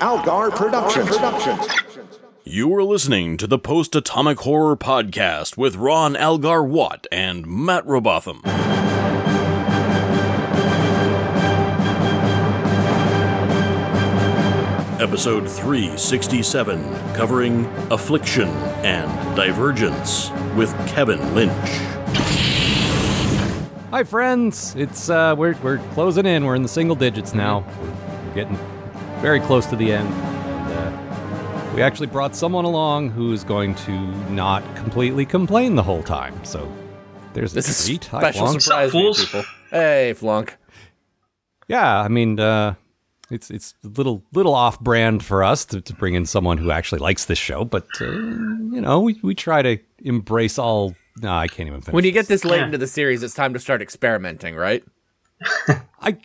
Algar Productions. You are listening to the Post Atomic Horror Podcast with Ron Algar Watt and Matt Robotham. Episode 367, covering Affliction and Divergence with Kevin Lynch. Hi, friends. It's uh, we're we're closing in. We're in the single digits now. We're getting very close to the end. And, uh, we actually brought someone along who is going to not completely complain the whole time. So there's This is a treat. Hi, special Flonk. surprise for you fools? people. Hey, Flunk. Yeah, I mean, uh, it's it's a little little off brand for us to, to bring in someone who actually likes this show, but uh, you know, we we try to embrace all. No, I can't even finish. When you get this late Yeah. into the series, it's time to start experimenting, right? I,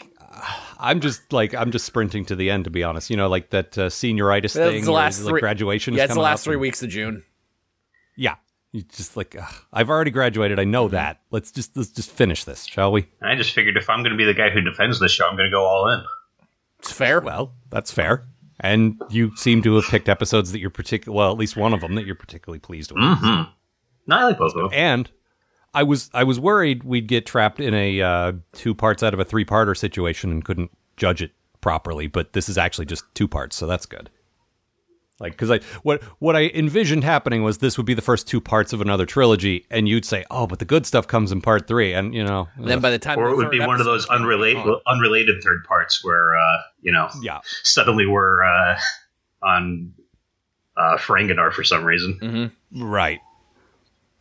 I'm just like I'm just sprinting to the end. To be honest, you know, like that uh, senioritis That's thing. the where, last like, three- graduation. is yeah, it's the coming last up three and- weeks of June. Yeah, you just like ugh, I've already graduated. I Mm-hmm. know that. Let's just let's just finish this, shall we? I just figured if I'm going to be the guy who defends this show, I'm going to go all in. It's fair. Well, that's fair. And you seem to have picked episodes that you're particular. Well, at least one of them that you're particularly pleased with. No, I like both of them. And I was I was worried we'd get trapped in a uh, two parts out of a three parter situation and couldn't judge it properly. But this is actually just two parts, so that's good. Like, because I what what I envisioned happening was this would be the first two parts of another trilogy, and you'd say, "Oh, but the good stuff comes in part three. and you know, And then by the time Or the it would third be one of those episode came unrelated, along- unrelated third parts where uh, you know yeah, suddenly we're uh, on uh, Franganar for some reason. right.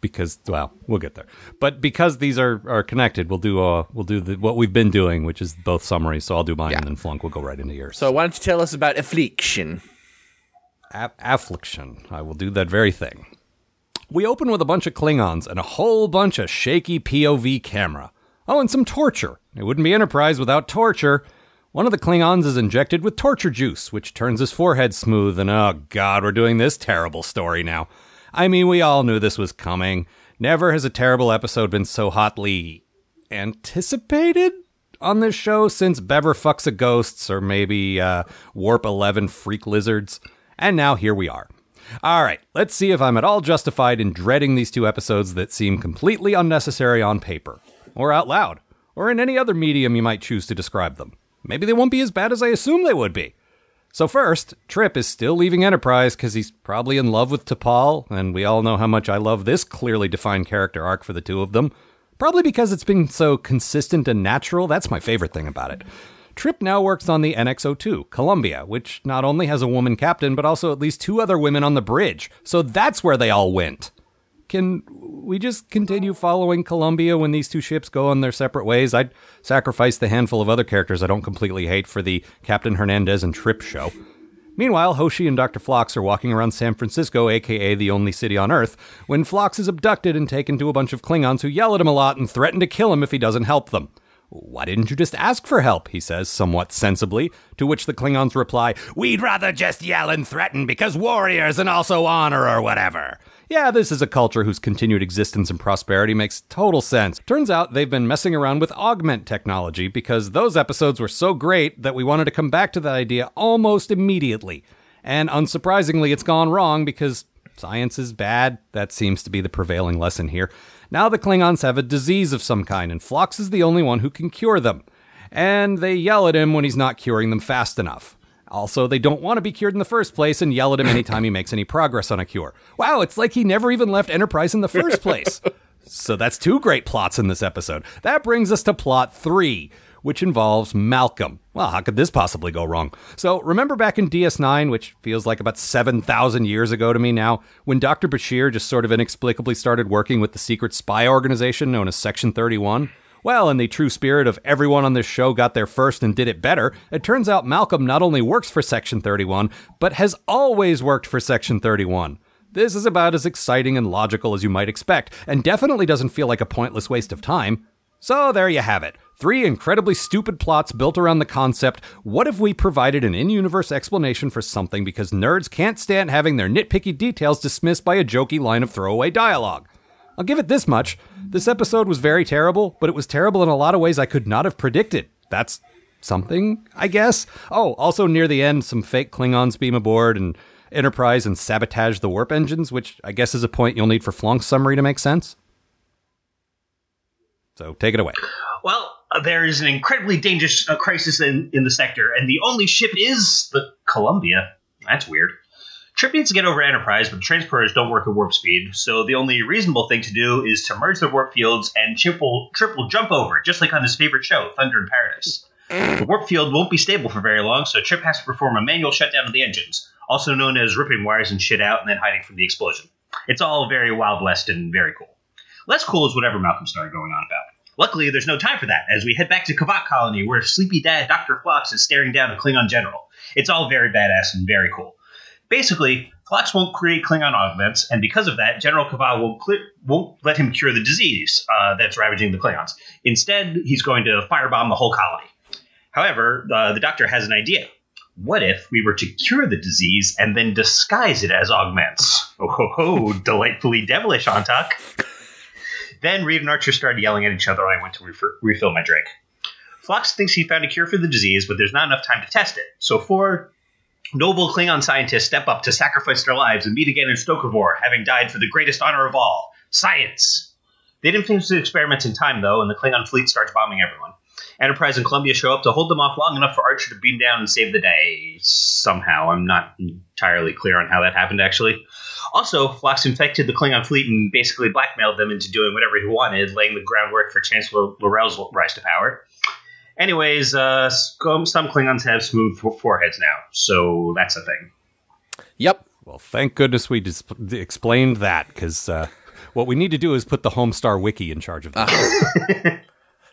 Because well, we'll get there. But because these are are connected, we'll do uh we'll do the, what we've been doing, which is both summaries. So I'll do mine, Yeah. and then Flunk will go right into yours. So why don't you tell us about affliction? Af- affliction. I will do that very thing. We open with a bunch of Klingons and a whole bunch of shaky POV camera. Oh, and some torture. It wouldn't be Enterprise without torture. One of the Klingons is injected with torture juice, which turns his forehead smooth, and oh god, we're doing this terrible story now. I mean, we all knew this was coming. Never has a terrible episode been so hotly anticipated on this show since Bever fucks a ghosts or maybe uh, Warp 11 freak lizards. And now here we are. All right, let's see if I'm at all justified in dreading these two episodes that seem completely unnecessary on paper, or out loud, or in any other medium you might choose to describe them. Maybe they won't be as bad as I assume they would be. So, first, Trip is still leaving Enterprise because he's probably in love with T'Pol, and we all know how much I love this clearly defined character arc for the two of them. Probably because it's been so consistent and natural, that's my favorite thing about it. Trip now works on the NX02, Columbia, which not only has a woman captain, but also at least two other women on the bridge, so that's where they all went. Can we just continue following Columbia when these two ships go on their separate ways? I'd sacrifice the handful of other characters I don't completely hate for the Captain Hernandez and Trip show. Meanwhile, Hoshi and Dr. Phlox are walking around San Francisco, aka the only city on Earth, when Phlox is abducted and taken to a bunch of Klingons who yell at him a lot and threaten to kill him if he doesn't help them. Why didn't you just ask for help? he says, somewhat sensibly, to which the Klingons reply, We'd rather just yell and threaten because warriors and also honor or whatever. Yeah, this is a culture whose continued existence and prosperity makes total sense. Turns out they've been messing around with augment technology because those episodes were so great that we wanted to come back to that idea almost immediately. And unsurprisingly, it's gone wrong because science is bad. That seems to be the prevailing lesson here. Now the Klingons have a disease of some kind, and Phlox is the only one who can cure them. And they yell at him when he's not curing them fast enough. Also, they don't want to be cured in the first place and yell at him anytime he makes any progress on a cure. Wow, it's like he never even left Enterprise in the first place. so that's two great plots in this episode. That brings us to plot three, which involves Malcolm. Well, how could this possibly go wrong? So remember back in DS9, which feels like about 7,000 years ago to me now, when Dr. Bashir just sort of inexplicably started working with the secret spy organization known as Section 31? Well, in the true spirit of everyone on this show got there first and did it better, it turns out Malcolm not only works for Section 31, but has always worked for Section 31. This is about as exciting and logical as you might expect, and definitely doesn't feel like a pointless waste of time. So there you have it. Three incredibly stupid plots built around the concept what if we provided an in universe explanation for something because nerds can't stand having their nitpicky details dismissed by a jokey line of throwaway dialogue? I'll give it this much. This episode was very terrible, but it was terrible in a lot of ways I could not have predicted. That's something, I guess. Oh, also near the end, some fake Klingons beam aboard and Enterprise and sabotage the warp engines, which I guess is a point you'll need for Flonk's summary to make sense. So take it away. Well, uh, there is an incredibly dangerous uh, crisis in, in the sector, and the only ship is the Columbia. That's weird. Trip needs to get over Enterprise, but transporters don't work at warp speed, so the only reasonable thing to do is to merge the warp fields, and Chip will, Trip will jump over, it, just like on his favorite show, Thunder in Paradise. The warp field won't be stable for very long, so Trip has to perform a manual shutdown of the engines, also known as ripping wires and shit out and then hiding from the explosion. It's all very wild west and very cool. Less cool is whatever Malcolm started going on about. Luckily, there's no time for that, as we head back to Kavat Colony, where sleepy dad Dr. Flox is staring down a Klingon general. It's all very badass and very cool. Basically, Flox won't create Klingon augments, and because of that, General Kavat won't, clear, won't let him cure the disease uh, that's ravaging the Klingons. Instead, he's going to firebomb the whole colony. However, uh, the doctor has an idea. What if we were to cure the disease and then disguise it as augments? Oh ho ho, delightfully devilish, Antak. Then Reed and Archer started yelling at each other. I went to refer- refill my drink. Flox thinks he found a cure for the disease, but there's not enough time to test it. So four noble Klingon scientists step up to sacrifice their lives and meet again in Stokovor, having died for the greatest honor of all science. They didn't finish the experiments in time, though, and the Klingon fleet starts bombing everyone. Enterprise and Columbia show up to hold them off long enough for Archer to beam down and save the day. Somehow. I'm not entirely clear on how that happened, actually. Also, Flox infected the Klingon fleet and basically blackmailed them into doing whatever he wanted, laying the groundwork for Chancellor Lorel's rise to power. Anyways, uh, some some Klingons have smooth fo- foreheads now, so that's a thing. Yep. Well, thank goodness we dis- explained that because uh, what we need to do is put the Homestar Wiki in charge of that.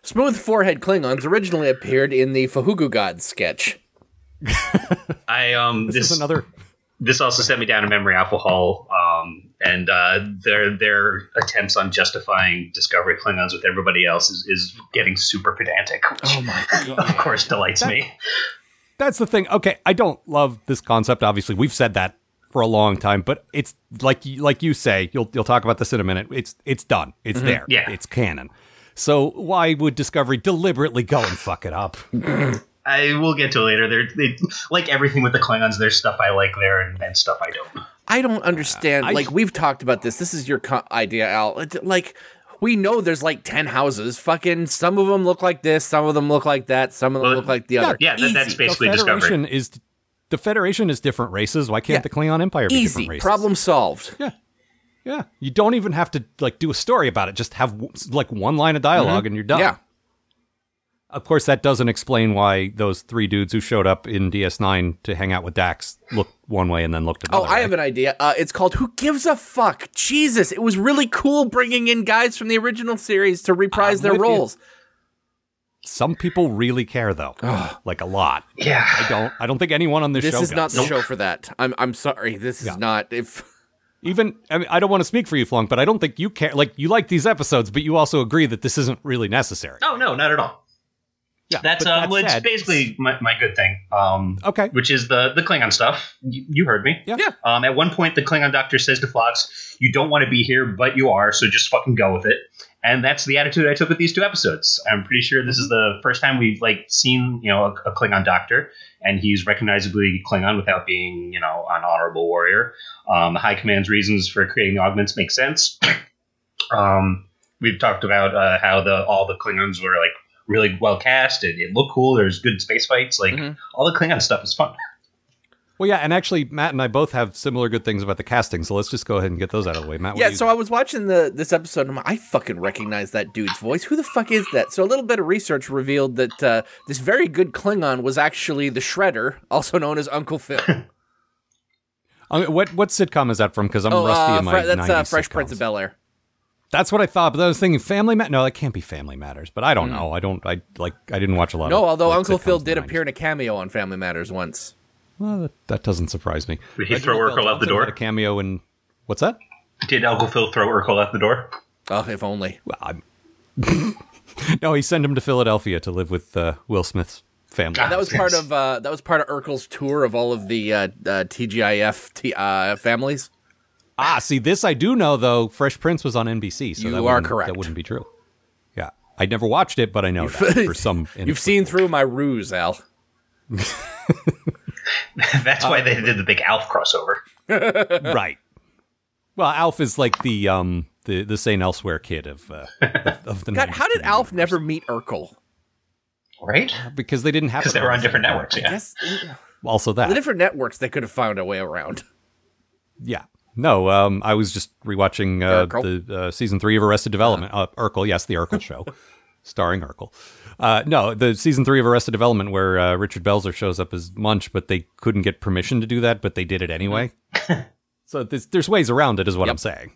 Smooth forehead Klingons originally appeared in the Fahugu God sketch. I um this, this is another. this also sent me down a memory apple hole, um, and uh, their their attempts on justifying Discovery Klingons with everybody else is, is getting super pedantic, which Oh my of course delights me. That's the thing. Okay, I don't love this concept. Obviously, we've said that for a long time, but it's like you- like you say. You'll you'll talk about this in a minute. It's it's done. It's there. Mm-hmm. Yeah. it's canon. So why would Discovery deliberately go and fuck it up? I will get to it later. They're, they like everything with the Klingons. There's stuff I like there, and, and stuff I don't. I don't understand. Uh, I- like we've talked about this. This is your co- idea, Al. It- Like we know there's like ten houses. Fucking some of them look like this. Some of them look like that. Some of them Well, look like the other. Yeah, that, that's Easy. basically the Discovery. Federation is the Federation is different races. Why can't Yeah. the Klingon Empire be Easy. different races? Problem solved. Yeah, you don't even have to like do a story about it. Just have w- like one line of dialog and you're done. Mm-hmm. Yeah. Of course, that doesn't explain why those three dudes who showed up in DS9 to hang out with Dax looked one way and then looked Oh, another. I have an idea. Uh, it's called "Who Gives a Fuck." Jesus, it was really cool bringing in guys from the original series to reprise I'm their with you. roles. Some people really care though, like a lot. Yeah, I don't. I don't think anyone on this, This show is not does. the show for that. I'm I'm sorry. This is not. If even. I mean, I don't want to speak for you, Flunk, but I don't think you care. Like you like these episodes, but you also agree that this isn't really necessary. No, Oh, no, not at all. Yeah, that's but uh, that well, it's said- basically my, my good thing. Um, Okay. which is the the Klingon stuff. You, you heard me. Yeah. Yeah. Um, at one point, the Klingon doctor says to Fox, "You don't want to be here, but you are, so just fucking go with it." And that's the attitude I took with these two episodes. I'm pretty sure this is the first time we've like seen you know a, a Klingon doctor, and he's recognizably Klingon without being you know an honorable warrior. Um, High Command's reasons for creating the augments make sense. um, we've talked about uh, how the all the Klingons were like really well cast. It, it looked cool. There's good space fights. Like Mhm. all the Klingon stuff is fun. Well, yeah, and actually, Matt and I both have similar good things about the casting, so let's just go ahead and get those out of the way. Matt, what yeah, do you so I was watching the this episode. And I'm like, I fucking recognize that dude's voice. Who the fuck is that? So a little bit of research revealed that uh, this very good Klingon was actually the Shredder, also known as Uncle Phil. I mean, what what sitcom is that from? Because I'm oh, rusty uh, in my Fre- that's 90s uh, Fresh sitcoms. Prince of Bel Air. That's what I thought, but I was thinking Family Matters. No, that can't be Family Matters. But I don't know. I don't. I like. I didn't watch a lot. Hmm. No, of, although like, Uncle sitcoms Phil in the did 90s. appear in a cameo on Family Matters once. Well, that, that doesn't surprise me. Did he throw Urkel out the Johnson had A door? cameo in what's that? Did Uncle Phil throw Urkel out the door? Oh, if only. Well, I'm... no, he sent him to Philadelphia to live with uh, Will Smith's family. That was part of uh, that was part of Urkel's tour of all of the uh, uh, TGIF t- uh, families. ah, see, this I do know though. Fresh Prince was on NBC, so You that are wouldn't- correct. That wouldn't be true. Yeah. I never watched it, but I know that for some. You've seen through my ruse, Al. That's why they did the big Alf crossover. right. Well, Alf is like the um the the Saint Elsewhere kid of uh, of, of the. God, 90s how did TV Alf universe. never meet Urkel? Right? Because they didn't have Because they were on different networks. Yeah. Yes, Also that. the different networks they could have found a way around. Yeah. No, um, I was just rewatching uh, Urkel? the uh, season three of Arrested Development. Uh, Urkel, yes, the Urkel show, starring Urkel. Uh, no, the season three of Arrested Development where uh, Richard Belzer shows up as Munch, but they couldn't get permission to do that, but they did it anyway. so there's, there's ways around it, is what I'm saying.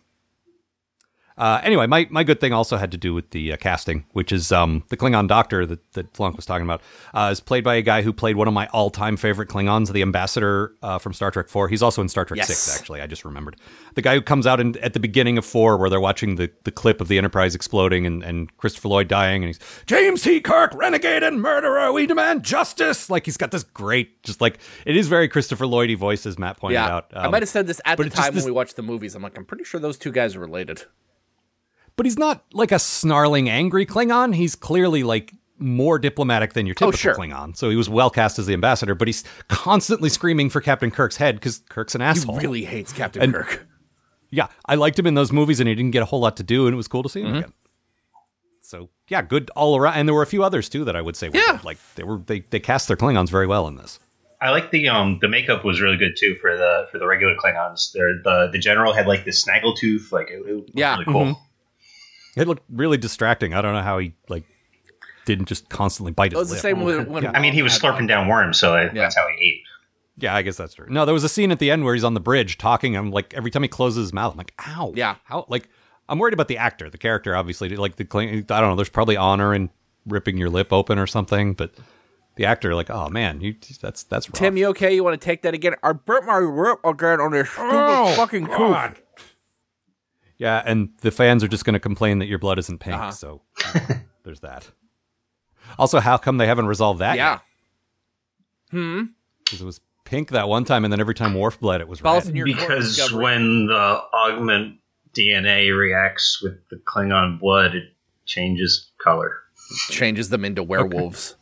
Uh, anyway, my, my good thing also had to do with the uh, casting, which is um, the Klingon doctor that, that Flunk was talking about, uh, is played by a guy who played one of my all time favorite Klingons, the ambassador uh, from Star Trek 4. He's also in Star Trek Yes. 6, actually. I just remembered. The guy who comes out in, at the beginning of 4, where they're watching the, the clip of the Enterprise exploding and, and Christopher Lloyd dying, and he's, James T. Kirk, renegade and murderer, we demand justice. Like, he's got this great, just like, it is very Christopher Lloyd voice, as Matt pointed Yeah, out. I Um, might have said this at but the it's just time this- when we watched the movies. I'm like, I'm pretty sure those two guys are related. but he's not like a snarling, angry Klingon. He's clearly like more diplomatic than your typical Oh, sure. Klingon. So he was well cast as the ambassador, but he's constantly screaming for Captain Kirk's head because Kirk's an asshole. Really hates Captain And- Kirk. yeah, I liked him in those movies, and he didn't get a whole lot to do, and it was cool to see him Mm-hmm. again. So yeah, good all around. And there were a few others too that I would say, were Yeah. good. like they were they they cast their Klingons very well in this. I like the um the makeup was really good too for the for the regular Klingons. They're, the the general had like this snaggle tooth, like it, it was Yeah. really cool. It looked really distracting. I don't know how he like didn't just constantly bite his It was the lip. same with when I mean, he was slurping down worms, so that- Yeah. that's how he ate. Yeah, I guess that's true. No, there was a scene at the end where he's on the bridge talking. I'm like, every time he closes his mouth, I'm like, ow. Yeah. How? Like, I'm worried about the actor, the character, obviously. Like, the clean, I don't know, there's probably honor in ripping your lip open or something, but the actor, like, oh man, you that's, that's rough. Tim, you okay? You want to take that again? I burnt my rip again on this stupid Oh, fucking tooth. Yeah, and the fans are just going to complain that your blood isn't pink. Uh-huh. So there's that. Also, how come they haven't resolved that? Yeah, Because it was pink that one time, and then every time Worf bled, it was Balls red. in your court because discovery. when the augment DNA reacts with the Klingon blood, it changes color changes them into werewolves.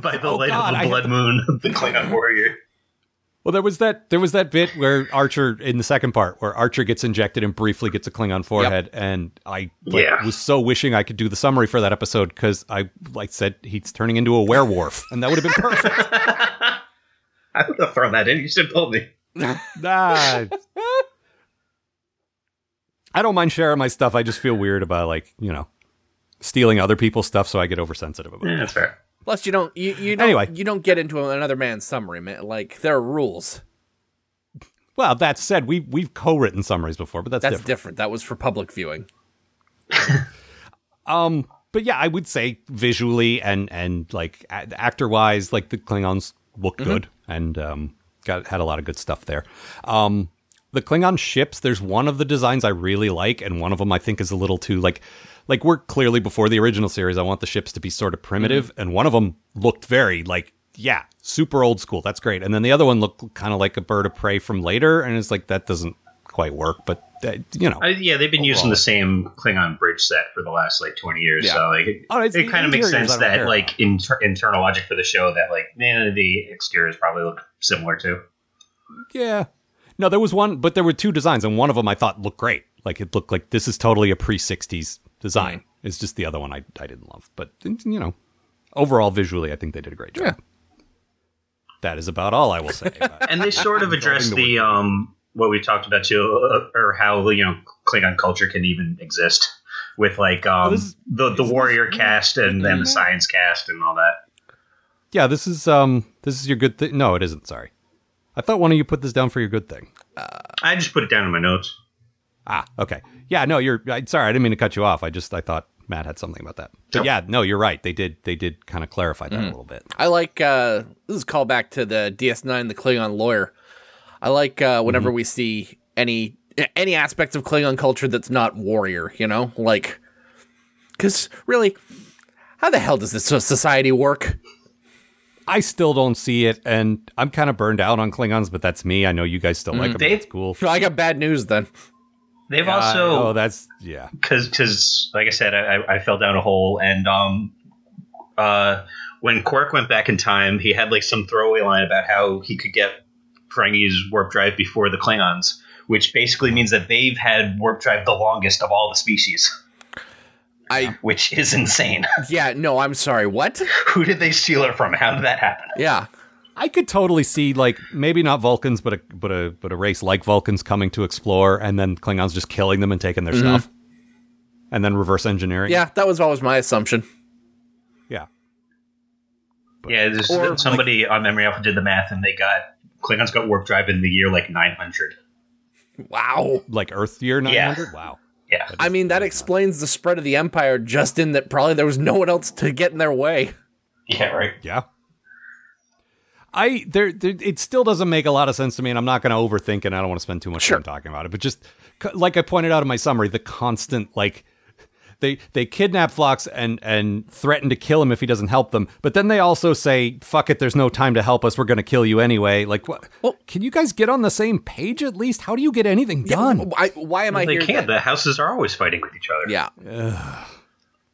by the Oh, light God, of I- the blood moon of the Klingon warrior. Well, there was that there was that bit where Archer in the second part where Archer gets injected and briefly gets a Klingon forehead, and I like, Yeah. was so wishing I could do the summary for that episode because I like said he's turning into a werewolf, and that would have been perfect. I would have thrown that in. You should have told me. nah. I don't mind sharing my stuff. I just feel weird about like you know stealing other people's stuff, so I get oversensitive about Yeah, it. that's fair. Plus, you don't you, you don't, Anyway. you don't get into another man's summary, man. Like there are rules. Well, that said, we we've co-written summaries before, but that's, That's different. different. That was for public viewing. Um, but yeah, I would say visually and and like actor wise, like the Klingons look good and um, got had a lot of good stuff there. Um, the Klingon ships, there's one of the designs I really like, and one of them I think is a little too like like we're clearly before the original series. I want the ships to be sort of primitive, and one of them looked very like yeah, super old school. That's great. And then the other one looked kind of like a bird of prey from later, and it's like that doesn't quite work. But that, you know, I, yeah, they've been using the same Klingon bridge set for the last like twenty years. Yeah. So like, it, Oh, it's the kind of makes interiors I sense don't that care like inter- internal logic for the show that like eh, the exteriors probably look similar too. Yeah. No, there was one, but there were two designs, and one of them I thought looked great. Like it looked like this is totally a pre '60s design. It's just the other one I I didn't love, but you know, overall visually, I think they did a great job. That is about all I will say. about it. and they sort of address the the um what we talked about too, uh, or how you know Klingon culture can even exist with like um Oh, this is- the the warrior cast and then the science cast and all that. yeah, this is um this is your good thing. No, it isn't. Sorry, I thought one of you put this down for your good thing. I just put it down in my notes. Ah, okay. Yeah, no, you're I, sorry. I didn't mean to cut you off. I just I thought Matt had something about that. But Nope. yeah, no, you're right. They did they did kind of clarify that a little bit. I like uh this is a callback to the DS9 the Klingon lawyer. I like uh whenever we see any any aspects of Klingon culture that's not warrior, you know? Like cuz really how the hell does this society work? I still don't see it, and I'm kind of burned out on Klingons, but that's me. I know you guys still like them. Mm-hmm. They- That's cool. I got bad news then. They've Yeah, oh, also that's yeah. because because like I said, I, I- I fell down a hole, and um, uh, when Quark went back in time, he had like some throwaway line about how he could get Ferengi's warp drive before the Klingons, which basically means that they've had warp drive the longest of all the species, I which is insane. yeah, no, I'm sorry. What? Who did they steal it from? How did that happen? Yeah. I could totally see like maybe not Vulcans, but a but a but a race like Vulcans coming to explore, and then Klingons just killing them and taking their Mm-hmm. stuff, and then reverse engineering. Yeah, that was always my assumption. yeah. Yeah, there's Or, somebody on Memory Alpha did the math, and they got Klingons got warp drive in the year like 900. Wow. Like Earth year nine Yeah. hundred. Wow. Yeah, I mean, that explains the spread of the empire just in that probably there was no one else to get in their way. yeah, right. Yeah. I there, there it still doesn't make a lot of sense to me and I'm not going to overthink it. I don't want to spend too much Sure. time talking about it, but just c- like I pointed out in my summary, the constant like they they kidnap Phlox and and threaten to kill him if he doesn't help them. But then they also say, "Fuck it, there's no time to help us. We're going to kill you anyway." Like what? can you guys get on the same page at least? How do you get anything done? I, why am I They here? can't. then? The houses are always fighting with each other. Yeah.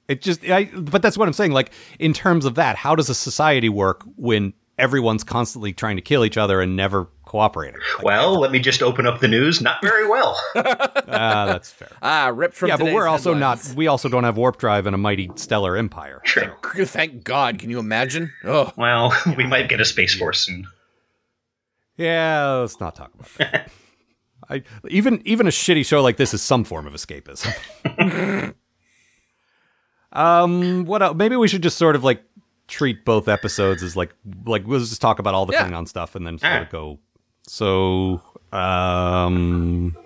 It just, I, but that's what I'm saying. Like in terms of that, how does a society work when everyone's constantly trying to kill each other and never cooperating? Like, Well, let me just open up the news. Not very well. ah, that's fair. Ah, ripped from yeah, but today's we're also headlines. not. We also don't have warp drive and a mighty stellar empire. Sure. Thank God. Can you imagine? Oh, Well, we might get a space force soon. Yeah, let's not talk about that. I, even even a shitty show like this is some form of escapism. um, what else? Maybe we should just sort of like treat both episodes as like like we'll just talk about all the Yeah. Klingon stuff and then sort Alright. of go. So, um,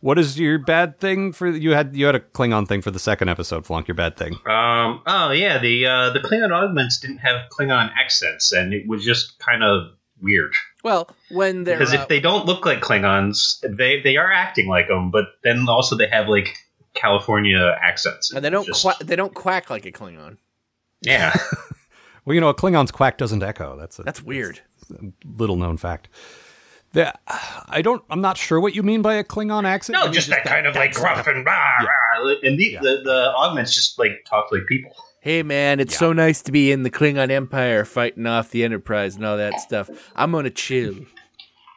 what is your bad thing for you had you had a Klingon thing for the second episode? Flunk your bad thing. Um, oh yeah, the uh, the Klingon augments didn't have Klingon accents, and it was just kind of weird. well, when they're Because uh, if they don't look like Klingons, they they are acting like them, but then also they have like California accents. and they don't Just- qua- they don't quack like a Klingon. yeah, Well, you know, a Klingon's quack doesn't echo. That's a, That's weird. little known fact. The, I don't. I'm not sure what you mean by a Klingon accent. no, Maybe just that kind of like gruff and bah, rah, and the, the the augments just like talk like people. Hey man, it's so nice to be in the Klingon Empire fighting off the Enterprise and all that stuff. I'm gonna chill.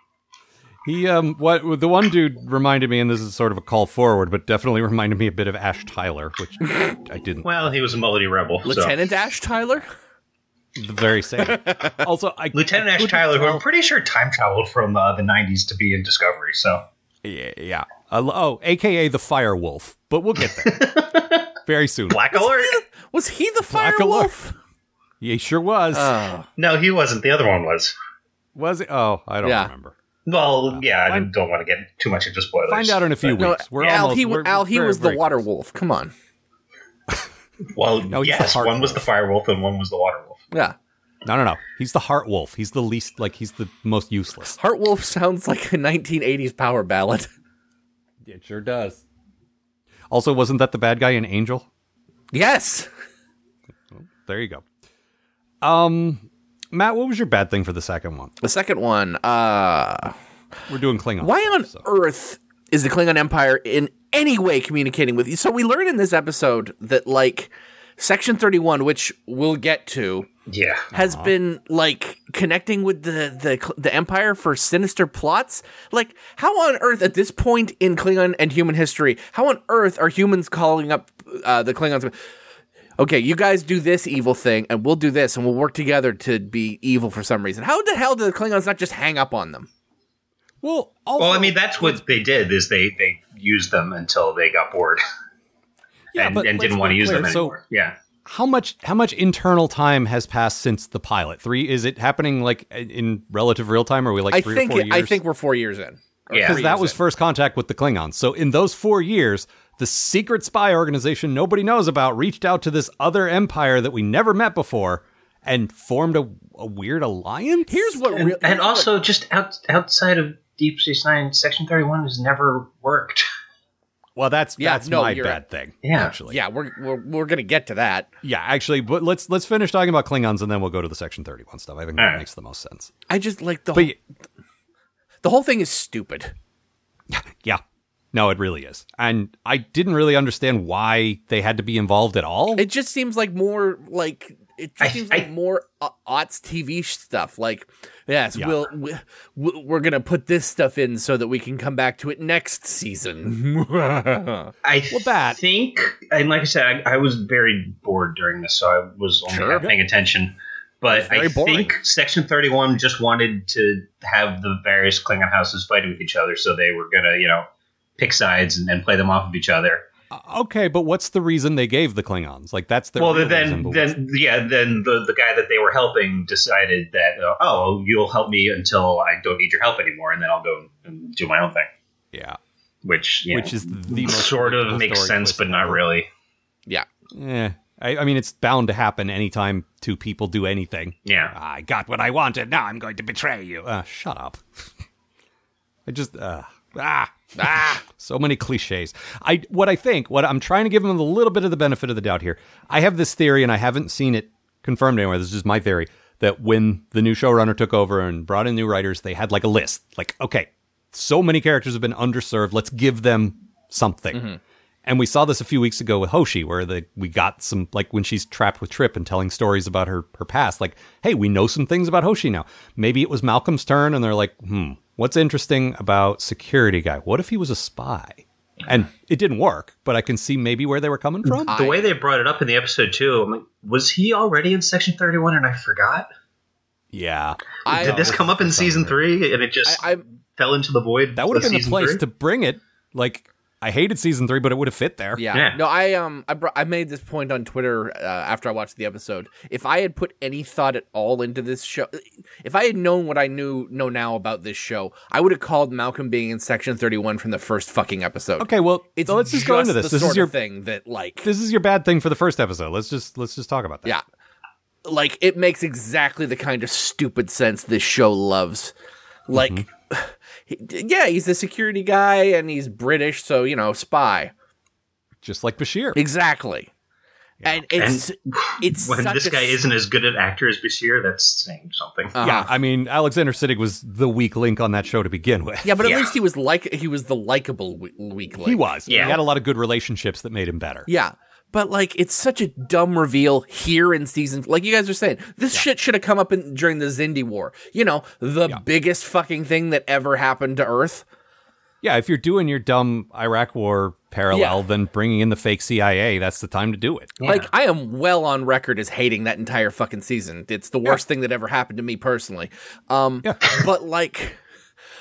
He um, what the one dude reminded me, and this is sort of a call forward, but definitely reminded me a bit of Ash Tyler, which I didn't. Well, he was a Mullity rebel. so- Lieutenant Ash Tyler? The very same. Also, I Lieutenant Ash Tyler, who I'm pretty sure time traveled from uh, the '90s to be in Discovery. So yeah, yeah. Uh, oh, aka the Firewolf, but we'll get there very soon. Black Alert. Was he the Black alert. Firewolf? He sure was. Oh, No, he wasn't. The other one was. was it? Oh, I don't Yeah. remember. Well, yeah, I Uh, find- don't want to get too much into spoilers. Find out in a few but- no, weeks. We're Al, almost. he, we're- Al, he we're was the very water close. wolf. Come on. Well, he's the yes, heart one was the wolf. Firewolf and one was the Water Wolf. Yeah. No, no, no. He's the heart wolf. He's the least like he's the most useless. Heartwolf sounds like a 1980s power ballad. It sure does. Also, wasn't that the bad guy in Angel? Yes. There you go. Um, Matt, what was your bad thing for the second one? The second one, uh We're doing Klingon. why on so- earth is the Klingon Empire in any way communicating with you? So we learn in this episode that like Section 31, which we'll get to, Yeah. has Uh-huh. been like connecting with the the the empire for sinister plots like how on earth at this point in klingon and human history how on earth are humans calling up uh, the klingons okay you guys do this evil thing and we'll do this and we'll work together to be evil for some reason how the hell do the klingons not just hang up on them Well, also, Well, I mean, that's what they did is they they used them until they got bored yeah, and, but and let's didn't be want to use clear. them So, anymore. yeah. how much how much internal time has passed since the pilot? Three? Is it happening like in relative real time? Are we like i three think or four it- years? i think we're 4 years in Or three Yeah. because that years was in. first contact with the Klingons. So in those four years, the secret spy organization nobody knows about reached out to this other empire that we never met before and formed a, a weird alliance. here's what And, real- and also, just out, outside of Deep Space Nine, Section 31 has never worked. well, that's Yeah, that's no, my bad you're right. thing. Yeah. actually, yeah we're, we're we're gonna get to that yeah, actually. But let's let's finish talking about Klingons and then we'll go to the Section Thirty One stuff. I think that Alright. makes the most sense. i just like the But whole, y- the whole thing is stupid yeah, No, it really is. And I didn't really understand why they had to be involved at all. It just seems like more like it just I- seems I- like more uh, aughts TV stuff. Like, yes, Yeah. we'll, we, we- we're gonna put this stuff in so that we can come back to it next Mm-hmm. season. I Well, that- think, and like I said, I, I was very bored during this, so I was only Sure. half paying attention. But Very I boring. think Section Thirty-One just wanted to have the various Klingon houses fighting with each other, so they were gonna, you know, pick sides and, and play them off of each other. Uh, okay, but what's the reason they gave the Klingons? Like that's their well, real reason, then, but what's- then, yeah, then the the guy that they were helping decided that, uh, oh, you'll help me until I don't need your help anymore, and then I'll go and do my own thing. yeah, Which, you which know, is the most sort of predictable makes story sense, twist but not ever. really. Yeah, I, I mean it's bound to happen anytime two people do anything. Yeah. I got what I wanted. Now I'm going to betray you. Uh, shut up. I just uh, ah ah. So many cliches. I what I think. What I'm trying to give him a little bit of the benefit of the doubt here. I have this theory, and I haven't seen it confirmed anywhere. This is just my theory that when the new showrunner took over and brought in new writers, they had like a list. Like, okay, so many characters have been underserved. Let's give them something. Mm-hmm. And we saw this a few weeks ago with Hoshi, where the, we got some, like when she's trapped with Trip and telling stories about her, her past, like, hey, we know some things about Hoshi now. Maybe it was Malcolm's turn, and they're like, hmm, what's interesting about security guy? What if he was a spy? And it didn't work, but I can see maybe where they were coming from. the way they brought it up in the episode too, I'm like, was he already in section thirty-one and I forgot? yeah. I, Did this come up in season three and it just I, I fell into the void? That would have of been the season place three? to bring it. Like, I hated season three, but it would have fit there. Yeah. Yeah. No, I um I br- I made this point on Twitter uh, after I watched the episode. If I had put any thought at all into this show, if I had known what I knew know now about this show, I would have called Malcolm being in section 31 from the first fucking episode. Okay, well, It's let's just go into this. The This sort is your of thing that like this is your bad thing for the first episode. Let's just let's just talk about that. yeah. Like it makes exactly the kind of stupid sense this show loves. Like Mm-hmm. he- yeah, he's the security guy and he's British, so you know, spy. Just like Bashir. Exactly. And it's it's when such this a guy isn't as good an actor as Bashir, that's saying something. uh-huh. Yeah, I mean, Alexander Siddig was the weak link on that show to begin with. Yeah, but at Yeah. least he was like he was the likable we- weak link. he was. Yeah. He had a lot of good relationships that made him better. Yeah. But like it's such a dumb reveal here in season like you guys are saying. This shit should have come up in during the Zindi war. You know, the biggest fucking thing that ever happened to Earth. Yeah, if you're doing your dumb Iraq War parallel, Yeah. then bringing in the fake CIA, that's the time to do it. Like I am well on record as hating that entire fucking season. It's the worst thing that ever happened to me personally. Um but like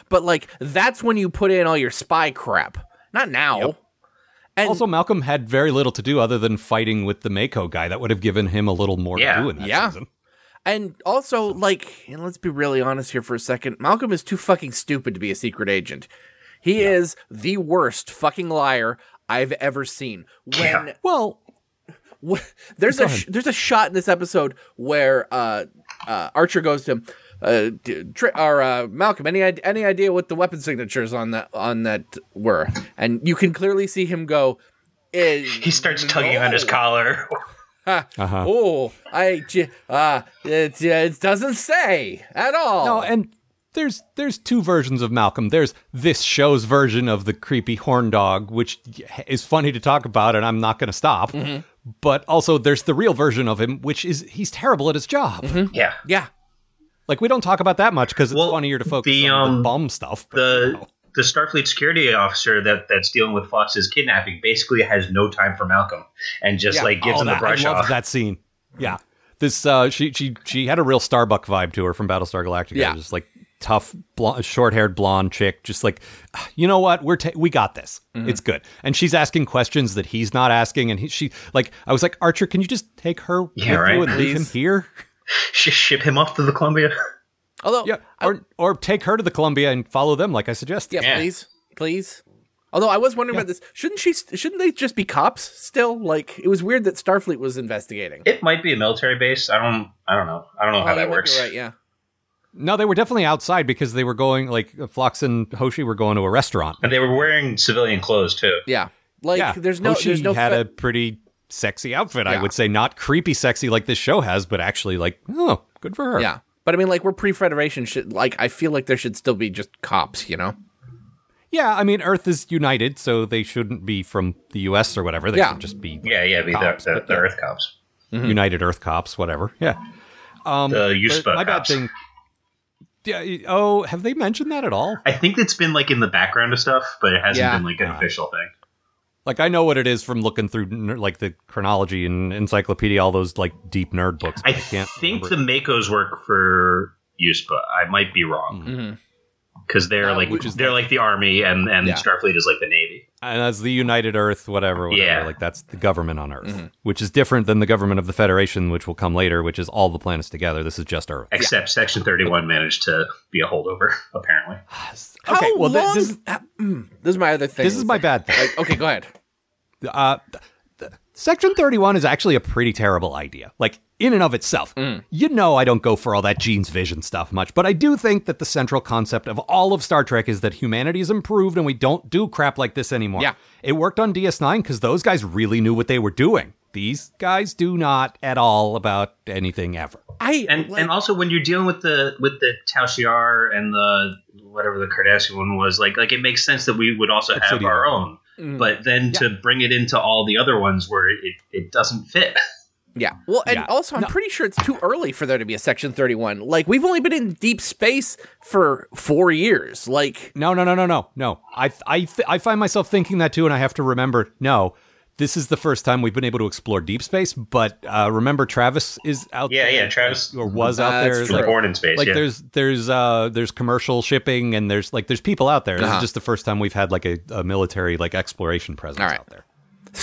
but like that's when you put in all your spy crap. Not now. And Also, Malcolm had very little to do other than fighting with the Mako guy. That would have given him a little more Yeah. to do in that Yeah. season. And also, like, and let's be really honest here for a second. Malcolm is too fucking stupid to be a secret agent. He is the worst fucking liar I've ever seen. When Yeah. Well, wh- there's a sh- there's a shot in this episode where uh, uh, Archer goes to him, uh, d- tri- or uh, Malcolm. Any id- any idea what the weapon signatures on that on that were? And you can clearly see him go. eh, He starts tugging on his no. collar. uh-huh. Oh, I j- uh, it, it doesn't say at all. No, and there's there's two versions of Malcolm. There's this show's version of the creepy horn dog, which is funny to talk about, and I'm not going to stop. But also, there's the real version of him, which is he's terrible at his job. yeah. yeah. Like we don't talk about that much because it's Well, funnier to focus the, on the um, bum stuff. but, you The know. the Starfleet security officer that that's dealing with Fox's kidnapping basically has no time for Malcolm and just Yeah. like gives Oh, him that- the brush I off. loved that scene. Yeah, this uh, she she she had a real Starbuck vibe to her from Battlestar Galactica. Yeah. just like tough, blonde, short-haired blonde chick, just like "Ah, you know what we're ta- we got this. Mm-hmm. It's good. And she's asking questions that he's not asking, and he, she like I was like Archer, can you just take her Yeah, with right, you and leave him please." here? Sh- ship him off to the Columbia. Although, Yeah, or Oh, or take her to the Columbia and follow them like I suggested. yeah, Yeah. please, please. Although I was wondering about this, shouldn't she? Shouldn't they just be cops still? Like it was weird that Starfleet was investigating. It might be a military base. I don't. I don't know. I don't know how Oh, that might be works. right? Yeah. No, they were definitely outside because they were going like Flox and Hoshi were going to a restaurant. And they were wearing civilian clothes too. Yeah. Like there's no. Hoshi there's no. had fe- a pretty sexy outfit. I Yeah. would say not creepy sexy like this show has, but actually like oh, good for her. yeah. But I mean, like we're pre-Federation. Should like I feel like there should still be just cops. You know. Yeah, I mean, Earth is united, so they shouldn't be from the U.S. or whatever. They Yeah. should just be Yeah, yeah, be the, Cops, the, but the yeah. Mm-hmm. Earth cops, United Earth Cops, whatever. Yeah. Um, the But USPA my bad cops. thing. Yeah. y- Oh, have they mentioned that at all? I think it's been like in the background of stuff, but it hasn't Yeah. been like an official thing. Like, I know what it is from looking through ner- like the chronology and encyclopedia, all those like deep nerd books. I, but can't think remember. the Makos work for USPA. I might be wrong Mm-hmm. Mhm. because they're Uh, like which is they're like the army, and and Yeah. Starfleet is like the navy. and that's the United Earth, whatever, whatever. Yeah. Like that's the government on Earth, which is different than the government of the Federation, which will come later, which is all the planets together. This is just Earth. Except Section Thirty-One managed to be a holdover, apparently. How okay, well, thi- long- this, is- Ah, mm, this is my other thing. this is It's my like- bad thing. like, okay, go ahead. uh, th- th- Section 31 is actually a pretty terrible idea, like in and of itself. You know, I don't go for all that genes vision stuff much, but I do think that the central concept of all of Star Trek is that humanity has improved and we don't do crap like this anymore. Yeah. It worked on DS9 because those guys really knew what they were doing. These guys do not at all about anything ever. I And like- and also when you're dealing with the with the Tau Shiar and the whatever the Cardassian one was, like like it makes sense that we would also have Obsidian. our own. Mm. But then to bring it into all the other ones where it, it doesn't fit. Yeah. Well, and Yeah. also, I'm pretty sure it's too early for there to be a Section 31. Like, we've only been in deep space for four years. Like, No, no, no, no, no, no. I, I, th- I find myself thinking that too, and I have to remember. No, this is the first time we've been able to explore deep space. But uh, remember, Travis is out. Yeah, there, yeah, Travis- or was out That's there. true. Like, Born in space, like yeah. there's there's uh there's commercial shipping and there's like there's people out there. This Uh-huh. is just the first time we've had like a, a military like exploration presence All right. out there.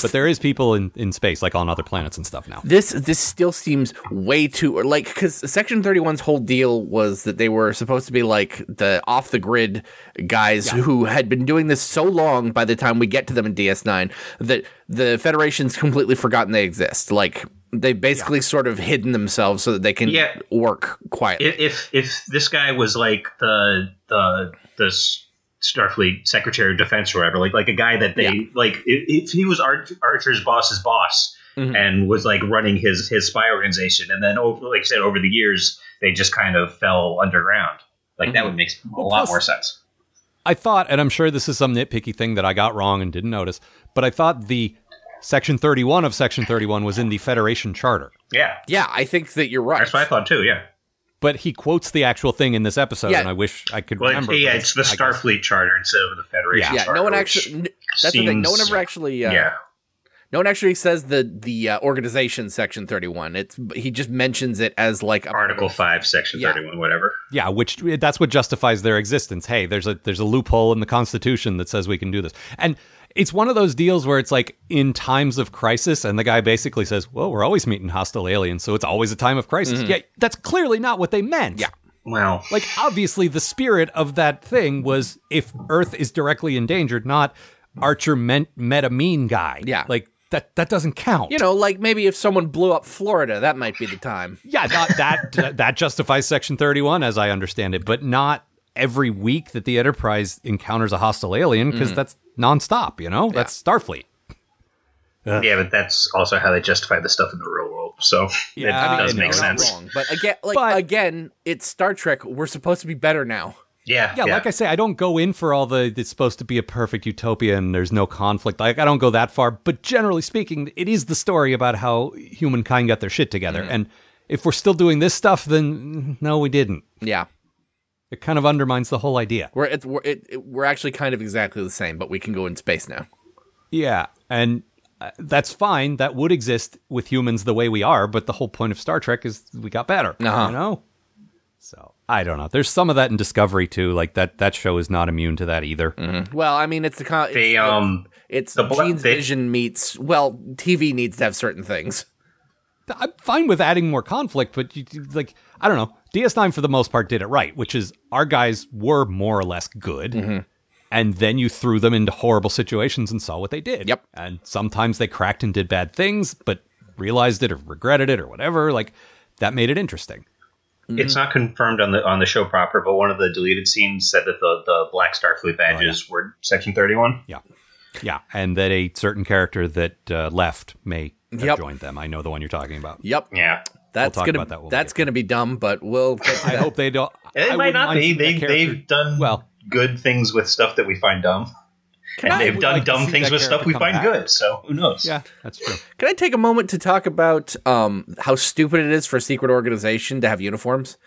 But there is people in, in space, like on other planets and stuff now. this this still seems way too, or like, because Section 31's whole deal was that they were supposed to be like the off the grid guys who had been doing this so long by the time we get to them in DS9 that the Federation's completely forgotten they exist. Like, they basically sort of hidden themselves so that they can Yeah. work quietly. If if, if this guy was like the the the S- Starfleet Secretary of Defense or whatever, like like a guy that they Yeah. like, if, if he was Ar- Archer's boss's boss Mm-hmm. and was like running his his spy organization, and then over, like I said, over the years they just kind of fell underground. Like Mm-hmm. that would make a lot plus- more sense. I thought, and I'm sure this is some nitpicky thing that I got wrong and didn't notice, but I thought the Section 31 of Section 31 was in the Federation Charter. Yeah, yeah, I think that you're right. that's what I thought too. Yeah, But he quotes the actual thing in this episode, Yeah. and I wish I could well, remember. it's, yeah, but it's the I guess- Starfleet Charter instead of the Federation. yeah, Charter, no one which actually. n- That's the thing. No one seems- ever actually. Uh, Yeah. No one actually says the the uh, organization section thirty one. It's he just mentions it as like a Article Five, Section Yeah. Thirty-One, whatever. Yeah, which that's what justifies their existence. Hey, there's a there's a loophole in the Constitution that says we can do this, and it's one of those deals where it's like in times of crisis, and the guy basically says, "Well, we're always meeting hostile aliens, so it's always a time of crisis." Mm-hmm. Yeah, that's clearly not what they meant. Yeah. Well, Like, obviously, the spirit of that thing was if Earth is directly endangered, not Archer meant met a mean guy. Yeah. Like, that, that doesn't count. You know, like maybe if someone blew up Florida, that might be the time. yeah, not, that uh, that justifies Section 31 as I understand it, but not every week that the Enterprise encounters a hostile alien because Mm. that's nonstop, you know? That's Starfleet. yeah, but that's also how they justify the stuff in the real world. So Yeah, it does I make know. You're not sense. Wrong. But again, like But- again, it's Star Trek. We're supposed to be better now. Yeah, Yeah, like I say, I don't go in for all the it's supposed to be a perfect utopia and there's no conflict. Like I don't go that far, but generally speaking, it is the story about how humankind got their shit together. And if we're still doing this stuff, then no, we didn't. Yeah, It kind of undermines the whole idea. we're it's we're, it, it- we're actually kind of exactly the same, but we can go in space now. Yeah, and uh, that's fine. That would exist with humans the way we are, but the whole point of Star Trek is we got better. Uh-huh. You know. So I don't know. There's some of that in Discovery too. Like that that show is not immune to that either. Well, I mean, it's the con- it's, They, um, it's the bla- Gene's they- vision meets well, TV needs to have certain things. Th- I'm fine with adding more conflict, but you, you- like I don't know. DS9 for the most part did it right, which is our guys were more or less good. Mm-hmm. And then you threw them into horrible situations and saw what they did. Yep. And sometimes they cracked and did bad things, but realized it or regretted it or whatever. Like that made it interesting. mm-hmm. It's not confirmed on the on the show proper, but one of the deleted scenes said that the the Black Oh, Starfleet badges were Section Thirty-One. Yeah. Yeah. And that a certain character that uh, left may have Yep. joined them. I know the one you're talking about. Yep. Yeah, That's talk gonna about that when we that's get gonna be dumb, but we'll get to I that. hope they don't. it I might wouldn't not mind be. seeing that They character- they've done Well, good things with stuff that we find dumb, Can and I- they've would done like to dumb see things that with stuff character we come find back. good. So who knows? Yeah, that's true. Can I take a moment to talk about um, how stupid it is for a secret organization to have uniforms?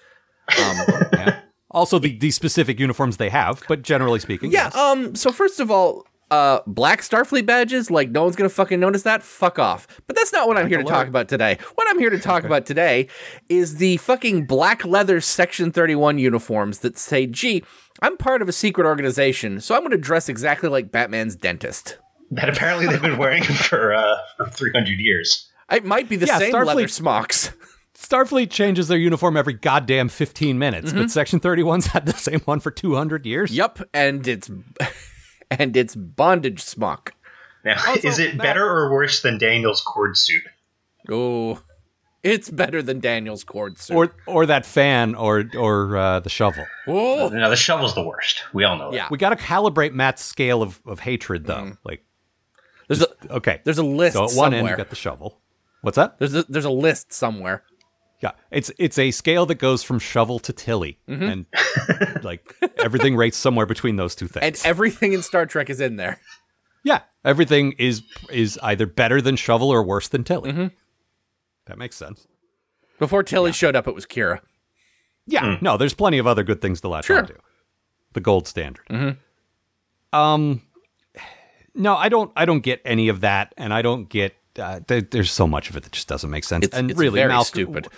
Um, Yeah. Also, the, the specific uniforms they have, but generally speaking, yeah. yes. Um. So first of all, uh, black Starfleet badges, like no one's gonna fucking notice that. Fuck off. But that's not what I'm here to talk about today. What I'm here to talk about today is the fucking black leather Section 31 uniforms that say, "Gee, I'm part of a secret organization, so I'm gonna dress exactly like Batman's dentist." That apparently they've been wearing for uh, for 300 years. It might be the Yeah, same leather Starfleet- smocks. Starfleet changes their uniform every goddamn 15 minutes, but Section 31's had the same one for 200 years. Yep, and it's and it's bondage smock. Now, Also, is it Matt- better or worse than Daniel's cord suit? Oh, it's better than Daniel's cord suit. Or or that fan or or uh, the shovel. oh, No, the shovel's the worst. We all know Yeah. that. We got to calibrate Matt's scale of, of hatred, though. Like, there's a okay, there's a list so at one end somewhere. you got the shovel. What's that? there's a, there's a list somewhere. Yeah, it's it's a scale that goes from shovel to tilly, and like everything rates somewhere between those two And things. everything in Star Trek is in there. yeah, everything is is either better than shovel or worse than tilly. Mm-hmm. That makes sense. Before Tilly showed up, it was Kira. Yeah, Hmm. no, there's plenty of other good things to latch Sure. Mm-hmm. onto. The gold standard. Um, no, I don't. I don't get any of that, and I don't get. Uh, there, there's so much of it that just doesn't make sense. It's- and it's really, very Malcolm, stupid.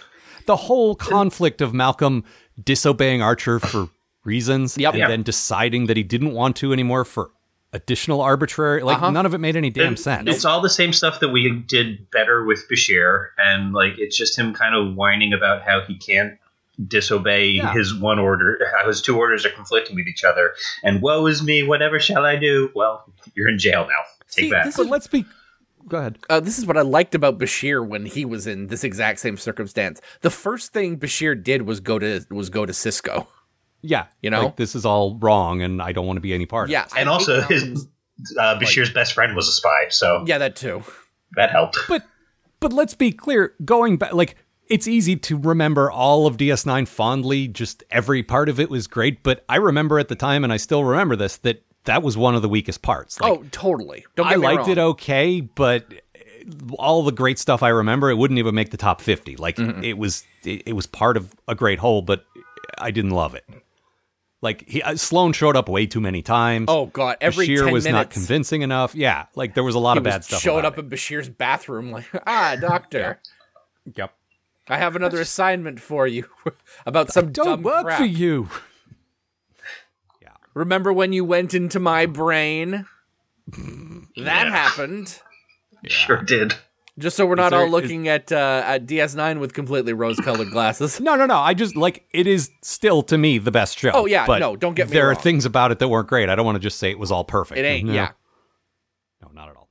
The whole conflict of Malcolm disobeying Archer for reasons, Yep. and Yeah. then deciding that he didn't want to anymore for additional arbitrary. Like Uh-huh. none of it made any damn It- sense. It's all the same stuff that we did better with Bashir, and like it's just him kind of whining about how he can't disobey Yeah. his one order, how his two orders are conflicting with each other, and woe is me, whatever shall I do? Well, you're in jail now. Take See, that. this But let's be. Go ahead. Uh, this is what I liked about Bashir when he was in this exact same circumstance. The first thing Bashir did was go to was go to Cisco. Yeah, You know? like, this is all wrong, and I don't want to be any part of. it. Yeah, I hate and also, his Malcolm's- uh, Bashir's best friend was a spy, so yeah, that too. that helped. But but let's be clear, going back like it's easy to remember all of DS9 fondly, just every part of it was great, but I remember at the time and I still remember this that that was one of the weakest parts. Like, oh, totally. Don't get I me liked wrong. it uh, okay, but all the great stuff I remember, it wouldn't even make the top 50. Like it was it, it was part of a great whole, but I didn't love it. Like he, uh, Sloan showed up way too many times. Oh god, every Bashir 10 was not minutes, convincing enough. Yeah, like there was a lot he of was bad stuff. showed about up in Bashir's bathroom like, ah, doctor, it. Yep. I have another assignment for you about some dumb Don't work crap. for you. Remember when you went into my brain? that happened. Sure did. Just so we're not there- all is- looking at uh, at DS9 with completely rose-colored glasses. No, no, no. I just like it is still to me the best show. Oh, yeah, but no, don't get me There are wrong. things about it that weren't great. I don't want to just say it was all perfect. It ain't. No. Yeah. no, not at all.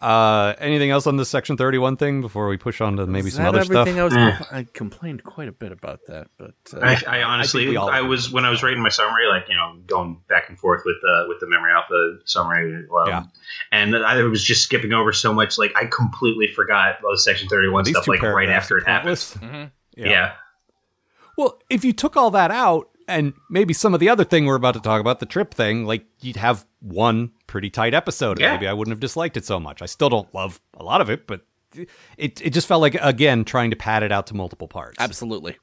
Uh, anything else on this section thirty-one thing before we push on to maybe Is some that other stuff? Mm. everything I was? compl- I complained quite a bit about that, but uh, I, I I think honestly, we all I, was when I was writing my summary, like you know, going back and forth with the with the memory alpha summary, um, Yeah. and I was just skipping over so much, like I completely forgot all the section thirty one These stuff, two like right paragraphs after are it happened. pointless. Yeah. Well, if you took all that out and maybe some of the other thing we're about to talk about, the trip thing, like you'd have one pretty tight episode. Yeah. Maybe I wouldn't have disliked it so much. I still don't love a lot of it, but it it just felt like again trying to pad it out to multiple parts, absolutely,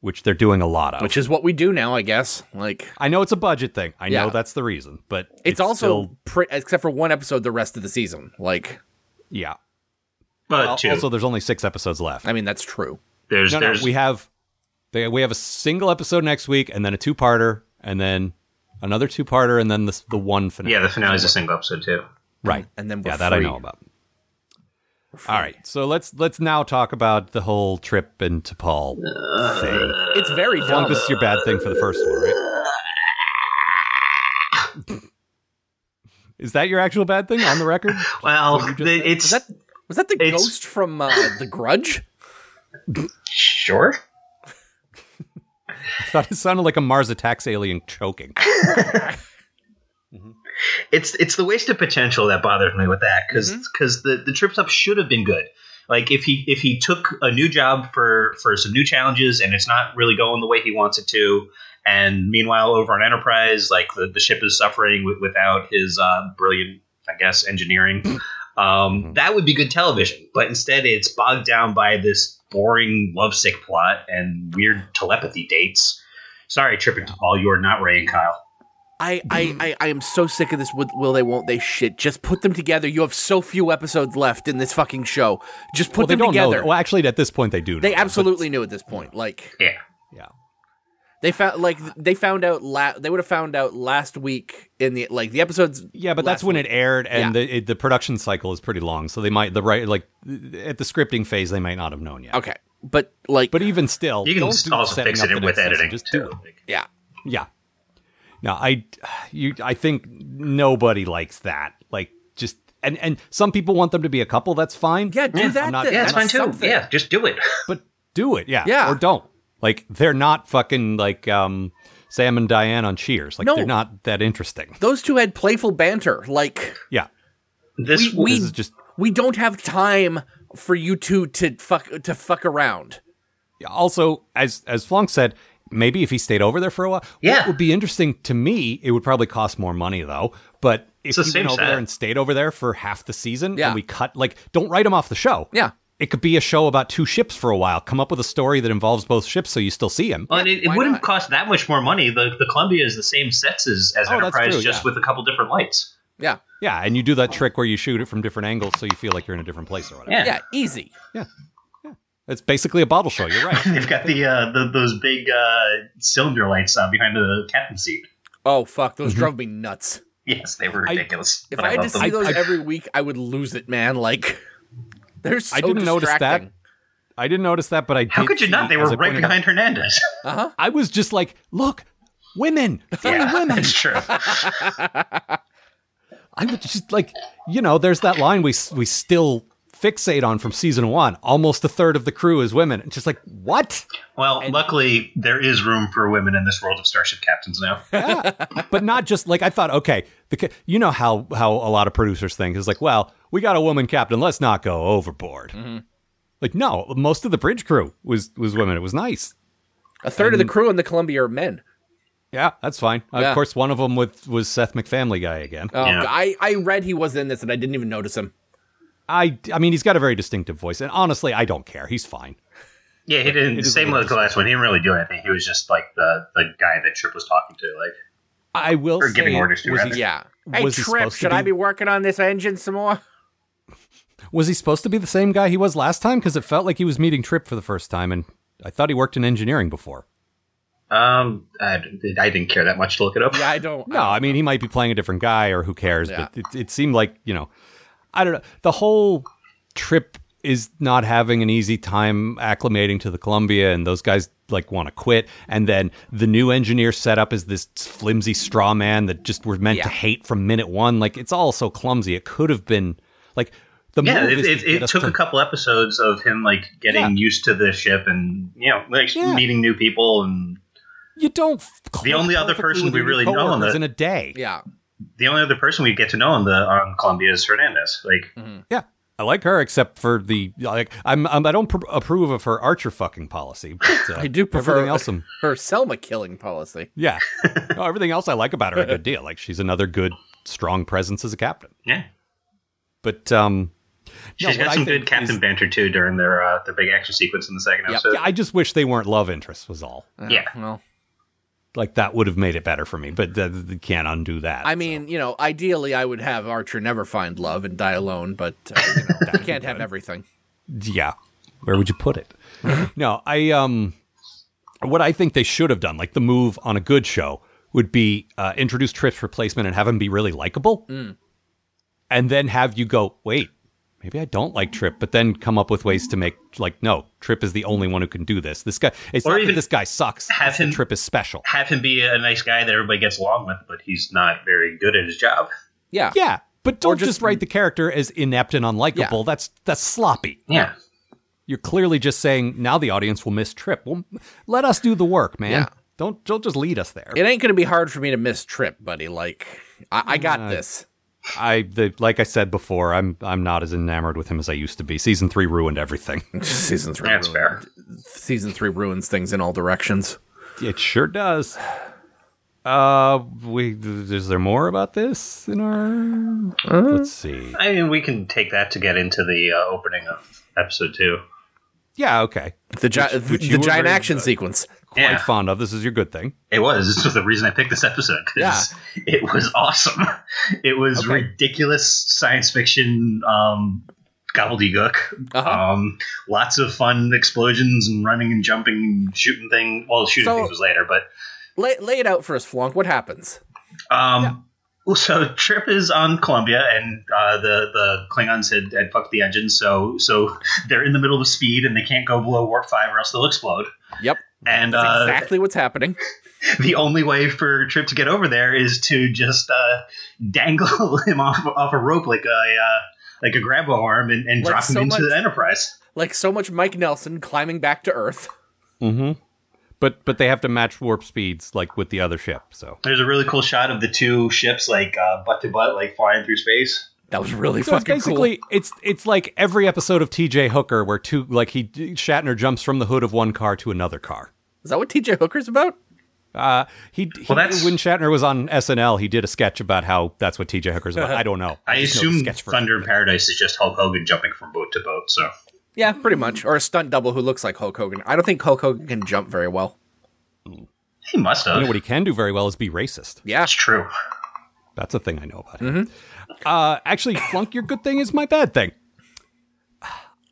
which they're doing a lot of. which is what we do now, I guess. Like I know it's a budget thing. I Yeah. know that's the reason, but it's, also still- pre- except for one episode, the rest of the season. Like yeah. but Al- two, Also, there's only six episodes left. I mean, that's true. there's no, no, there's we have they, we have a single episode next week, and then a two parter, and then another two parter, and then the the one finale. yeah, the finale is a single episode too. right. And then we're yeah, that I free. know about. All right, so let's let's now talk about the whole trip into Paul thing. It's very Long, dumb. this is your bad thing for the first one, right? Is that your actual bad thing on the record? Well, you just the- said? it's Was that was that the It's- ghost from uh, the Grudge? sure. I thought it sounded like a Mars attacks alien choking. it's it's the wasted potential that bothers me with that because the the trips up should have been good. Like if he if he took a new job for for some new challenges and it's not really going the way he wants it to, And meanwhile, over on Enterprise, like the, the ship is suffering wi- without his uh, brilliant, I guess, engineering. Um, that would be good television, but instead it's bogged down by this boring lovesick plot and weird telepathy dates. Sorry, Tripping to Paul, you are not Ray and Kyle. I, I, I, I am so sick of this would, will they won't they shit. Just put them together. You have so few episodes left in this fucking show. Just put well, they them don't know. together. that- Well, actually, at this point, they do. Know they that, but- absolutely knew at this point. Like Yeah. Yeah. they found like they found out la- they would have found out last week in the like the episodes Yeah, but that's last when week. it aired, and the it, the production cycle is pretty long, so they might the right like at the scripting phase they might not have known yet. Okay. But like But even still, You can don't do also setting fix up it the next with season, editing. Just too. do it. yeah. Yeah. No, I you I think nobody likes that. Like just and and some people want them to be a couple, that's fine. Yeah, do Yeah, that Mm, I'm not- then. Yeah, that's fine That's too. something. Yeah, just do it. But do it, yeah. Yeah. Or don't. Like they're not fucking like um Sam and Diane on Cheers. Like No. they're not that interesting. Those two had playful banter. Like Yeah. This We- This is just we don't have time for you two to fuck to fuck around. also as as Flonk said, maybe if he stayed over there for a while, Yeah. what would be interesting to me. It would probably cost more money though, but. If the he same went over set. there and stayed over there for half the season, Yeah. and we cut like, don't write him off the show. Yeah. it could be a show about two ships for a while. Come up with a story that involves both ships, so you still see him. Well, and it, it why wouldn't not? cost that much more money. The, the Columbia is the same sets as, as Oh, that's Enterprise, true, just yeah. with a couple different lights. Yeah. Yeah, and you do that trick where you shoot it from different angles, so you feel like you're in a different place or whatever. Yeah. Yeah, easy. It's basically a bottle show. You're right. They've got the, uh, the those big uh, cylinder lights uh, behind the captain's seat. Oh fuck, those Mm-hmm. drove me nuts. Yes, they were I- ridiculous. If but I had to love them. see those every week, I would lose it, man. Like they're so I didn't notice that. distracting. I didn't notice that, but I How did could you see, not? They as were I right pointed out- behind Hernandez. Uh-huh. I was just like, look, women, it's only yeah, women. it's true. I would just like, you know, there's that line we we still fixate on from season one. Almost a third of the crew is women. It's just like, what? Well, luckily there is room for women in this world of starship captains now. But not just like I thought. Okay, the, ca- you know how how a lot of producers think is like, well, we got a woman captain. Let's not go overboard. Like, no, most of the bridge crew was was women. It was nice. A third of the crew in the Columbia are men. Yeah, that's fine. Yeah. Of course, one of them with was Seth MacFamily guy again. Oh, Yeah. I, I read he was in this and I didn't even notice him. I I mean, he's got a very distinctive voice, and honestly, I don't care. He's fine. Yeah, he didn't. It is Same what it with the last one. He didn't really do anything. He was just like the the guy that Trip was talking to. Like, I will Or giving say, orders to, was he- rather. Yeah. Was he supposed to be- working on this engine some more? Was he supposed to be the same guy he was last time? Because it felt like he was meeting Trip for the first time, and I thought he worked in engineering before. um, I, I didn't care that much to look it up. Yeah, I don't. No, I mean he might be playing a different guy, or who cares? Yeah. But it, it seemed like you know, I don't know. The whole Trip is not having an easy time acclimating to the Columbia, and those guys like want to quit. And then the new engineer setup is this flimsy straw man that just were meant to Yeah. hate from minute one. Like it's all so clumsy. It could have been like the Yeah, move it, is to it, get it us took to- a couple episodes of him like getting Yeah. used to the ship and you know like Yeah. meeting new people and You don't. f- click only other perfectly person with we your really know on coworkers the- in a day. Yeah. the only other person we get to know on the on Columbia is Hernandez. Like, Yeah, I like her, except for the like. I'm, I'm I don't pr- approve of her Archer fucking policy. But, uh, I do prefer everything else. I'm- her Selma killing policy. yeah, no, everything else I like about her a good deal. Like she's another good, strong presence as a captain. yeah, But um, no, she's what got I some good think captain is- banter too during their uh, their big action sequence in the second Yeah. episode. Yeah, I just wish they weren't love interests. Was all. Yeah. Well, Like that would have made it better for me, but uh, th- th- you can't undo that. I mean, you know, ideally I would have Archer never find love and die alone, but uh, you know, you can't have everything. yeah where would you put it no i um what i think they should have done like the move on a good show would be uh, introduce tripp's replacement and have him be really likable Mm. and then have you go wait maybe i don't like trip but then come up with ways to make like no trip is the only one who can do this this guy it's Or not that even this guy sucks have it's that him- trip is special Have him be a nice guy that everybody gets along with, but he's not very good at his job. Yeah. yeah but don't just- just, write the character as inept and unlikable that's that's sloppy Yeah, you're clearly just saying now the audience will miss Trip. Well, let us do the work, man. Yeah. Don't don't just lead us there. It ain't going to be hard for me to miss Trip, buddy. Like, I, I got Uh, this. I the, like I said before, I'm I'm not as enamored with him as I used to be. Season three ruined everything. Season three. that's ruined- fair. Season three ruins things in all directions. It sure does. Uh, we is there more about this in our? Let's see. I mean, we can take that to get into the uh, opening of episode two. Yeah, okay. The, gi- which you the were giant very action sequence. Quite Yeah. fond of. This is your good thing. It was. This was the reason I picked this episode because it was awesome. It was Okay. ridiculous science fiction um, gobbledygook. Uh-huh. Um, lots of fun explosions and running and jumping and shooting thing. Well, shooting So- things was later, but lay, lay it out for us, Flonk. What happens? Um, So Trip is on Columbia, and uh, the the Klingons had, had fucked the engine, so so they're in the middle of speed, and they can't go below warp five, or else they'll explode. Yep, And that's uh, exactly what's happening. the only way for Trip to get over there is to just uh, dangle him off off a rope like a uh, like a grabbo arm and, and Like drop him so into much- the Enterprise. Like so much Mike Nelson climbing back to Earth. Mm-hmm. But but they have to match warp speeds like with the other ship. So There's a really cool shot of the two ships like uh, butt to butt, like flying through space. That was really So it's fucking basically it's it's like every episode of T.J. Hooker where two like he Shatner jumps from the hood of one car to another car. cool. Is that what TJ Hooker's about? Uh, he, he Well, that's- when Shatner was on SNL, he did a sketch about how that's what T.J. Hooker's about. I don't know. I, just know the assume sketch version. Thunder in Paradise is just Hulk Hogan jumping from boat to boat. So Yeah, pretty much. Or a stunt double who looks like Hulk Hogan. I don't think Hulk Hogan can jump very well. he must have. You know what he can do very well is be racist. Yeah. That's true. That's a thing I know about him. Uh, actually, Flunk, your good thing is my bad thing. Uh,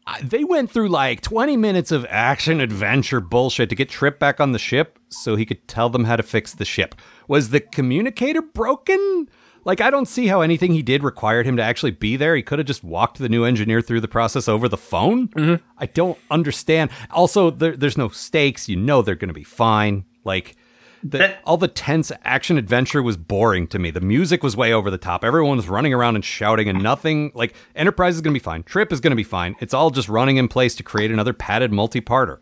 I- They went through like 20 minutes of action adventure bullshit to get Trip back on the ship so he could tell them how to fix the ship. Was the communicator broken? Like, I don't see how anything he did required him to actually be there. He could have just walked the new engineer through the process over the phone. I don't understand. Also, there, there's no stakes. You know they're going to be fine. Like, the, That- all the tense action adventure was boring to me. The music was way over the top. Everyone was running around and shouting, and nothing like Enterprise is going to be fine. Trip is going to be fine. It's all just running in place to create another padded multi-parter.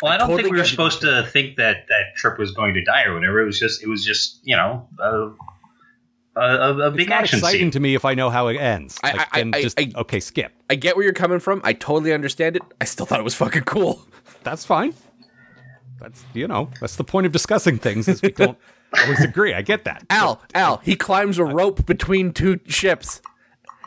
Well, I don't totally think we were get you. supposed to think that that Trip was going to die or whatever. It was just, it was just, you know, a, a, a, a big It's not action exciting scene. to me if I know how it ends. I- Like, I- then I- just I- okay, skip. I get where you're coming from. I totally understand it. I still thought it was fucking cool. That's fine. That's you know that's the point of discussing things is we don't always agree. I get that. Al, Al, he climbs a rope between two ships.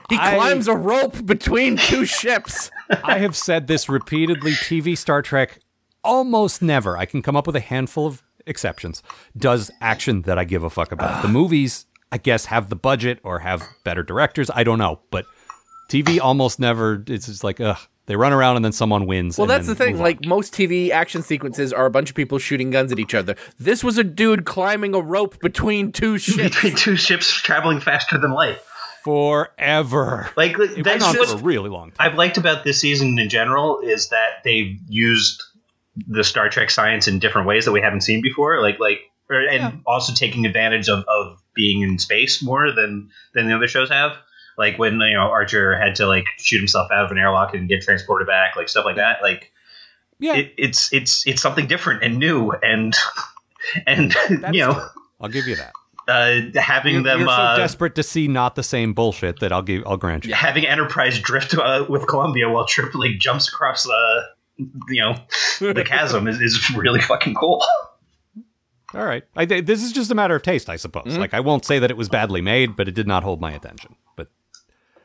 He I- climbs a rope between two ships. I have said this repeatedly. TV Star Trek almost never, I can come up with a handful of exceptions, does action that I give a fuck about. the movies, I guess, have the budget or have better directors. I don't know. But TV almost never, it's just like, ugh, they run around and then someone wins. Well, and that's the then move thing. on. Like most TV action sequences are a bunch of people shooting guns at each other. This was a dude climbing a rope between two ships. Between two ships traveling faster than light. forever. Like It went that's on just, for a really long time. I've liked about this season in general is that they've used the Star Trek science in different ways that we haven't seen before. Like like or, and also taking advantage of, of being in space more than than the other shows have. Like when you know Archer had to like shoot himself out of an airlock and get transported back, like stuff like that. Like Yeah. it, it's it's it's something different and new and and you know I'll give you that. uh, having You're, them you're so uh, desperate to see not the same bullshit that I'll give. I'll grant you. having Enterprise drift uh, with Columbia while Trip like jumps across the you know the chasm is, is really fucking cool. All right. I, thi- this is just a matter of taste, I suppose. Mm-hmm. Like, I won't say that it was badly made, but it did not hold my attention. But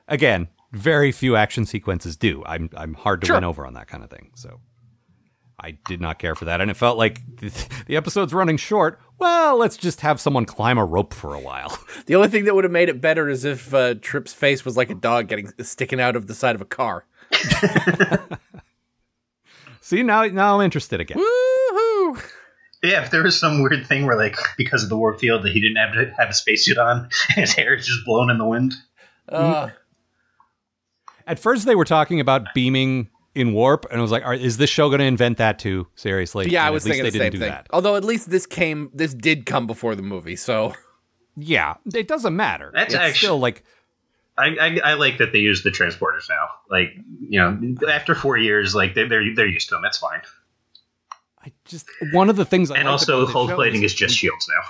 again, very few action sequences do. I'm I'm hard to win over on that kind of thing. So I did not care for that, and it felt like the, the episode's running short. Well, let's just have someone climb a rope for a while. the only thing that would have made it better is if uh, Trip's face was like a dog getting sticking out of the side of a car. See, now now I'm interested again. Woohoo! Yeah, if there was some weird thing where like because of the warp field that he didn't have to have a spacesuit on, his hair is just blown in the wind. Uh, Mm. At first, they were talking about beaming in warp, and I was like, All right, "Is this show going to invent that too?" Seriously? yeah, And I at was least thinking they the same didn't thing. do that. Although at least this came, this did come before the movie, so Yeah, it doesn't matter. That's it's actu- still like I, I, I like that they use the transporters now. Like you know, after four years, like they, they're they're used to them. It's fine. I just one of the things I And liked also, about the hull show plating is just shields now.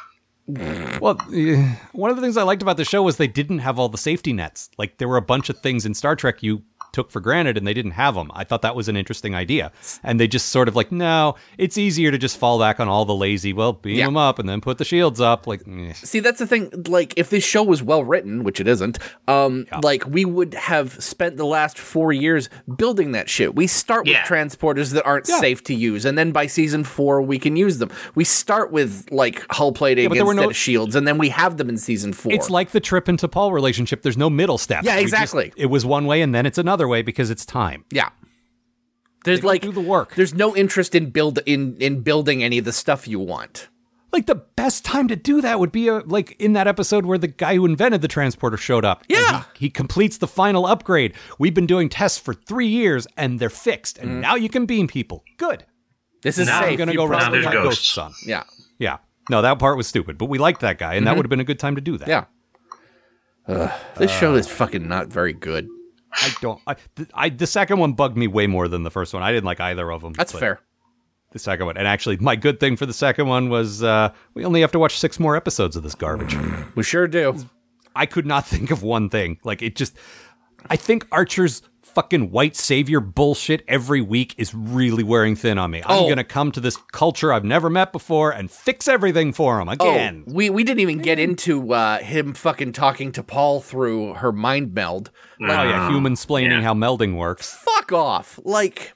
well. eh, One of the things I liked about the show was they didn't have all the safety nets. Like there were a bunch of things in Star Trek you took for granted and they didn't have them. I thought that was an interesting idea. And they just sort of like, no, it's easier to just fall back on all the lazy, well, beam Yeah. them up and then put the shields up. Like, eh. See, that's the thing. Like, if this show was well written, which it isn't, um, like we would have spent the last four years building that shit. We start Yeah. with transporters that aren't safe to use, and then by season four we can use them. We start with like hull plate but instead there were no- of shields, and then we have them in season four. it's like the Trip into Paul relationship. There's no middle step. Yeah, We just- exactly. it was one way and then it's another way because it's time. yeah. There's don't like do the work. There's no interest in build in in building any of the stuff you want. like the best time to do that would be uh like in that episode where the guy who invented the transporter showed up. And Yeah. he, he completes the final upgrade. We've been doing tests for three years and they're fixed, and now you can beam people. Good. This is Now I'm safe. I'm gonna Mm. You go promise- Now round there's like ghosts. ghosts on. Yeah, Yeah. No, that part was stupid, but we liked that guy, and that would have been a good time to do that. Mm-hmm. yeah. Ugh, this show is fucking not very good. I don't. I, th- I the second one bugged me way more than the first one. I didn't like either of them. That's but fair. The second one, and actually, my good thing for the second one was uh, we only have to watch six more episodes of this garbage. We sure do. I could not think of one thing. Like it just I think Archer's fucking white savior bullshit every week is really wearing thin on me. I'm Oh. going to come to this culture I've never met before and fix everything for him again. Oh, we we didn't even get into uh, him fucking talking to Paul through her mind meld. Oh, yeah, human splaining yeah. how melding works. Fuck off! Like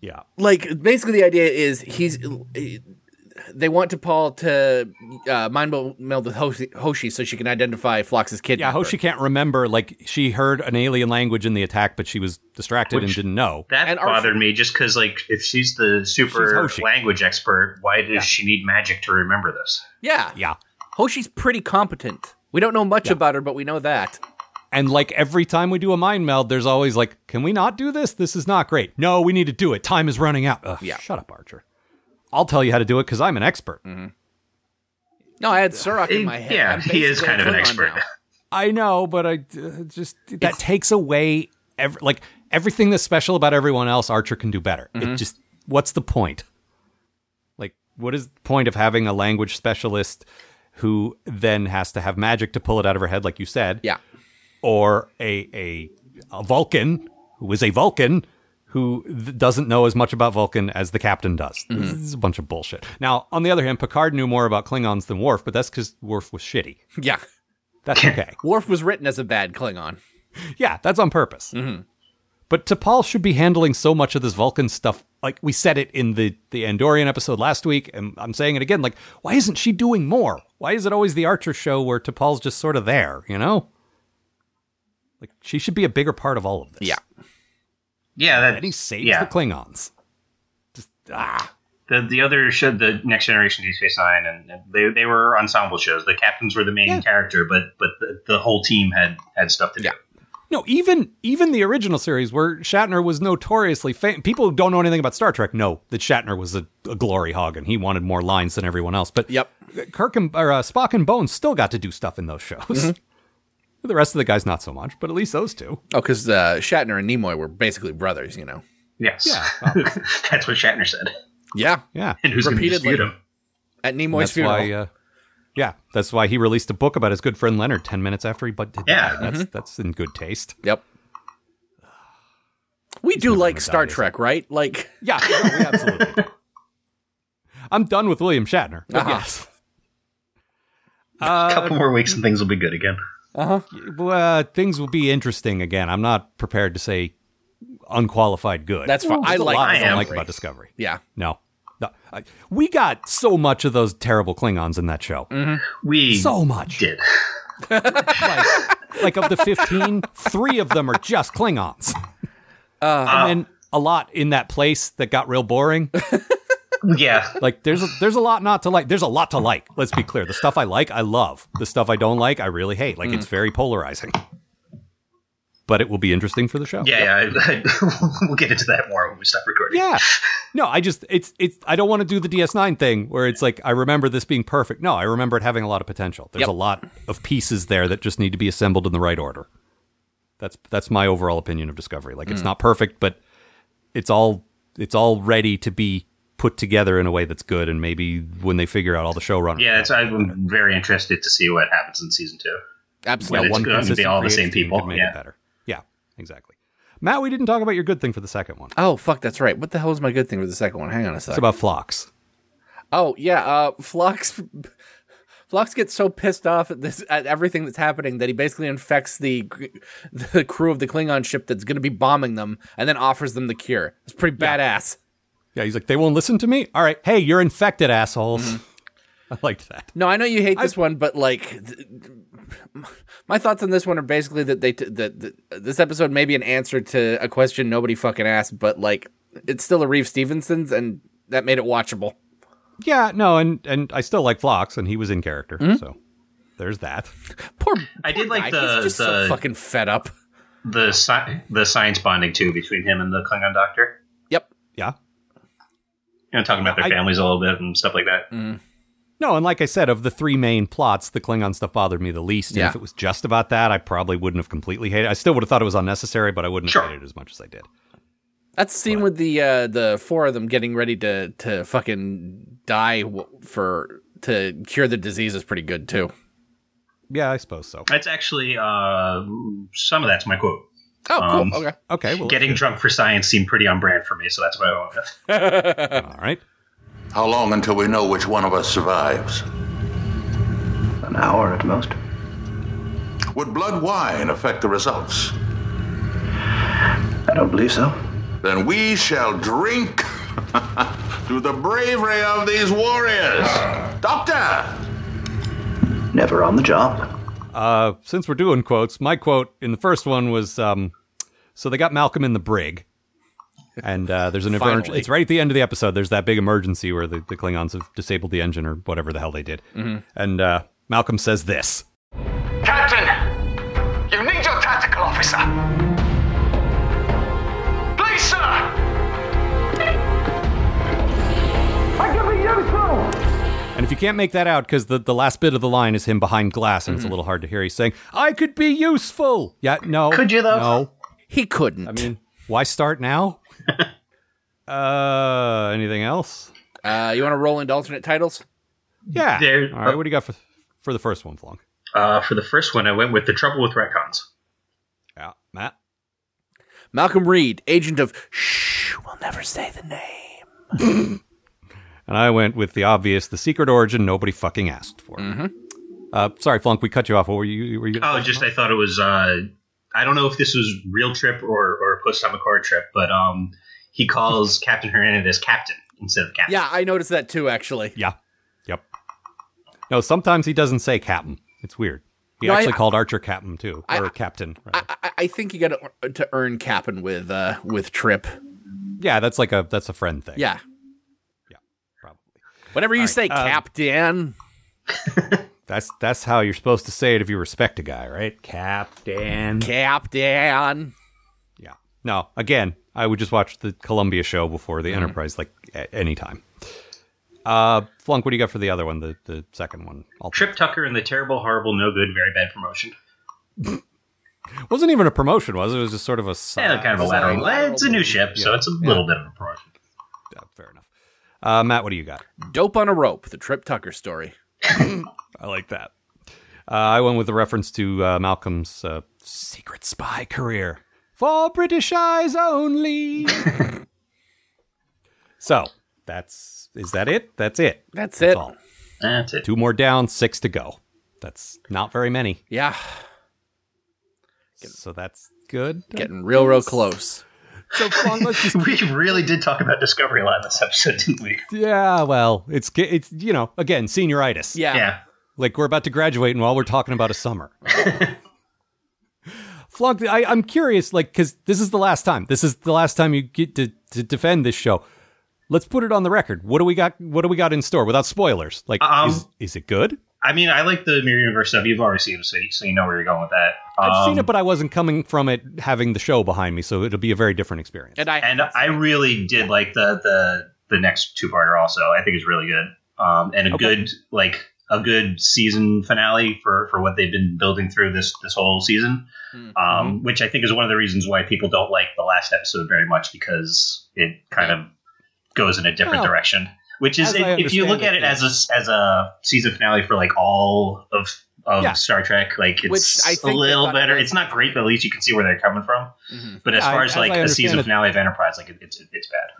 Yeah. like basically the idea is he's they want to Paul to uh, mind mel- meld with Hoshi, Hoshi so she can identify Flox's kid. Yeah, I hope she can't remember like she heard an alien language in the attack but she was distracted and Which- didn't know. That And Archer- bothered me just because, like, if she's the She's super Hoshi. language expert, why does she need magic to remember this? Yeah, Yeah. Hoshi's pretty competent. We don't know much about her, but we know that. And like every time we do a mind meld there's always like can we not do this? This is not great. No, we need to do it. Time is running out. Ugh, Yeah. Shut up, Archer. I'll tell you how to do it cuz I'm an expert. No, I had Surak in my head. Yeah, I'm he is basically kind of an Klingon expert. now. I know, but I uh, just that takes away ev- like everything that's special about everyone else. Archer can do better. It just what's the point? Like, what is the point of having a language specialist who then has to have magic to pull it out of her head, like you said, Yeah, or a a, a Vulcan who is a Vulcan who th- doesn't know as much about Vulcan as the captain does? Mm-hmm. This is a bunch of bullshit. Now, on the other hand, Picard knew more about Klingons than Worf, but that's because Worf was shitty. yeah. That's okay. Worf was written as a bad Klingon. Yeah, that's on purpose. Mm-hmm. But T'Pol should be handling so much of this Vulcan stuff. Like we said it in the the Andorian episode last week, and I'm saying it again. Like, why isn't she doing more? Why is it always the Archer show where T'Pol's just sort of there? You know, like she should be a bigger part of all of this. Yeah. Yeah, that, and he saves yeah. the Klingons. Just ah, the the other show, the Next Generation, Deep Space Nine, and and they, they were ensemble shows. The captains were the main character, but but the, the whole team had had stuff to do. Yeah. No, even even the original series where Shatner was notoriously fam- people who don't know anything about Star Trek know that Shatner was a, a glory hog and he wanted more lines than everyone else. But Yep. Kirk and or, uh, Spock and Bones still got to do stuff in those shows. The rest of the guys not so much, but at least those two. Oh, because uh, Shatner and Nimoy were basically brothers, you know. Yes, Yeah, that's what Shatner said. Yeah, Yeah, And who's going to Repeatedly. dispute him? at Nimoy's that's funeral. why. Uh, yeah, that's why he released a book about his good friend Leonard ten minutes after he but died. Yeah, that's that's in good taste. yep. We do never like gonna Star die, is Trek, right? Like, Yeah, no, we absolutely. do. I'm done with William Shatner. but Uh-huh. Yes. Uh, A couple more weeks and things will be good again. well, uh, things will be interesting again. I'm not prepared to say unqualified good. That's fine. I There's a like lot I don't Discovery. like about Discovery. yeah, No. No. I- We got so much of those terrible Klingons in that show. We So much. did. Like, like of the 15, three of them are just Klingons. and then a lot in that place that got real boring. Yeah, Like there's a, there's a lot not to like. There's a lot to like. Let's be clear. The stuff I like, I love. The stuff I don't like, I really hate. Like Mm. it's very polarizing. But it will be interesting for the show. yeah, yeah. we'll get into that more when we stop recording. Yeah. No, I just it's it's I don't want to do the DS9 thing where it's like I remember this being perfect. No, I remember it having a lot of potential. There's Yep. a lot of pieces there that just need to be assembled in the right order. That's that's my overall opinion of Discovery. Like Mm. it's not perfect, but it's all it's all ready to be put together in a way that's good and maybe when they figure out all the showrunners. Yeah, that's, I'm very interested to see what happens in season two. Yeah, absolutely. Well, it's one gonna be consistent all the creative same team people, could make yeah. it better. Yeah, exactly. Matt, we didn't talk about your good thing for the second one. Oh fuck, that's right. What the hell was my good thing for the second one? Hang on a It's second. about flocks. oh yeah, uh, Flox. Flox gets so pissed off at this at everything that's happening that he basically infects the gr- the crew of the Klingon ship that's going to be bombing them, and then offers them the cure. It's pretty badass. Yeah, he's like, they won't listen to me? All right. Hey, you're infected, assholes. Mm-hmm. I liked that. No, I know you hate this one, but like, th- my thoughts on this one are basically that they t- that, that this episode may be an answer to a question nobody fucking asked, but like, it's still a Reeve Stevenson's, and that made it watchable. Yeah, no, and, and I still like flocks, and he was in character. Mm-hmm. So there's that. Poor. I did poor like guy. the- He's just the- so fucking fed up. The sci- the science bonding too between him and the Klingon doctor. Yep. Yeah. You know, talking about their I- families a little bit and stuff like that. Mm. No, and like I said, of the three main plots, the Klingon stuff bothered me the least. And Yeah. if it was just about that, I probably wouldn't have completely hated it. I still would have thought it was unnecessary, but I wouldn't Sure. have hated it as much as I did. That's the scene with the uh, the four of them getting ready to to fucking die w- for to cure the disease is pretty good too. Yeah, I suppose so. That's actually uh, some of that's my quote. Oh, Um, cool. Okay. Okay, well, Getting drunk for science seemed pretty on brand for me, so that's what I went with. all right. How long until we know which one of us survives? An hour at most. Would blood wine affect the results? I don't believe so. Then we shall drink to the bravery of these warriors. Doctor! Never on the job. Uh, since we're doing quotes, my quote in the first one was um, so they got Malcolm in the brig. And uh, there's an emergency. Finally. It's right at the end of the episode. There's that big emergency where the, the Klingons have disabled the engine or whatever the hell they did. And uh, Malcolm says this. Captain, you need your tactical officer. Please, sir. I can be useful. And if you can't make that out, because the, the last bit of the line is him behind glass and it's a little hard to hear, he's saying, I could be useful. Yeah, no. Could you, though? No. He couldn't. I mean, why start now? uh, anything else? uh, you want to roll into alternate titles? Yeah. There- All right, what do you got for, for the first one, Flonk? Uh, for the first one, I went with The Trouble with Retcons. Yeah, Matt. Malcolm Reed, agent of Shh, we'll never say the name. And I went with the obvious, the secret origin nobody fucking asked for. Mm-hmm. Uh, sorry, Flunk, we cut you off. What were you? Were you Oh, just I thought it was. Uh, I don't know if this was real trip or or post on McCord trip, but um, he calls Captain Hernandez Captain instead of Captain. Yeah, I noticed that too, actually. Yeah. Yep. No, sometimes he doesn't say captain. It's weird. He No, I- actually called Archer captain too, or captain. rather. I- I, I think you got to to earn capping with uh, with Trip. yeah, that's like a that's a friend thing. Yeah. probably. Whenever you say um, Captain, That's that's how you're supposed to say it if you respect a guy, right? Captain. Captain. Yeah. No, again, I would just watch the Columbia show before Mm-hmm. the Enterprise, like a- any time. Uh, Flunk, what do you got for the other one? The the second one. I'll- Trip Tucker and the terrible, horrible, no good, very bad promotion. wasn't even a promotion, was it? It was just sort of a side. Yeah, kind of a lateral. eh, It's a new ship, so it's a little bit of a promotion. Yeah, fair enough. Uh, Matt, what do you got? Dope on a rope, the Trip Tucker story. I like that. Uh, I went with the reference to uh, Malcolm's uh, secret spy career for British eyes only. so that's is that it? That's it. That's That's it. all. That's it. Two more down, six to go. That's not very many. Yeah, So that's good. getting real, real close. so Fong, let's just We really did talk about Discovery a lot in this episode, didn't we? yeah. Well, it's ge- it's you know again senioritis. Yeah. Yeah. Like we're about to graduate, and all we're talking about is summer. Flunk, I, I'm curious, like, because this is the last time. This is the last time you get to, to defend this show. Let's put it on the record. What do we got? What do we got in store without spoilers? Like, Um, is, is it good? I mean, I like the Mirror Universe stuff. You've already seen it, so you, so you know where you're going with that. I've Um, seen it, but I wasn't coming from it having the show behind me, so it'll be a very different experience. And I and I really did like the the the next two parter also. I think it's really good. Um, and a good like a good season finale for for what they've been building through this this whole season. Mm-hmm. Um, which I think is one of the reasons why people don't like the last episode very much because it kind of goes in a different Oh. Well, direction. Which is as I if you look at understand it it, as a as a season finale for like all of of Yeah. Star Trek. Like it's Which I think a they little thought it better. was- It's not great, but at least you can see where they're coming from. But as Yeah, far I- as as like I the understand season it- finale of Enterprise, like it, it's it's bad.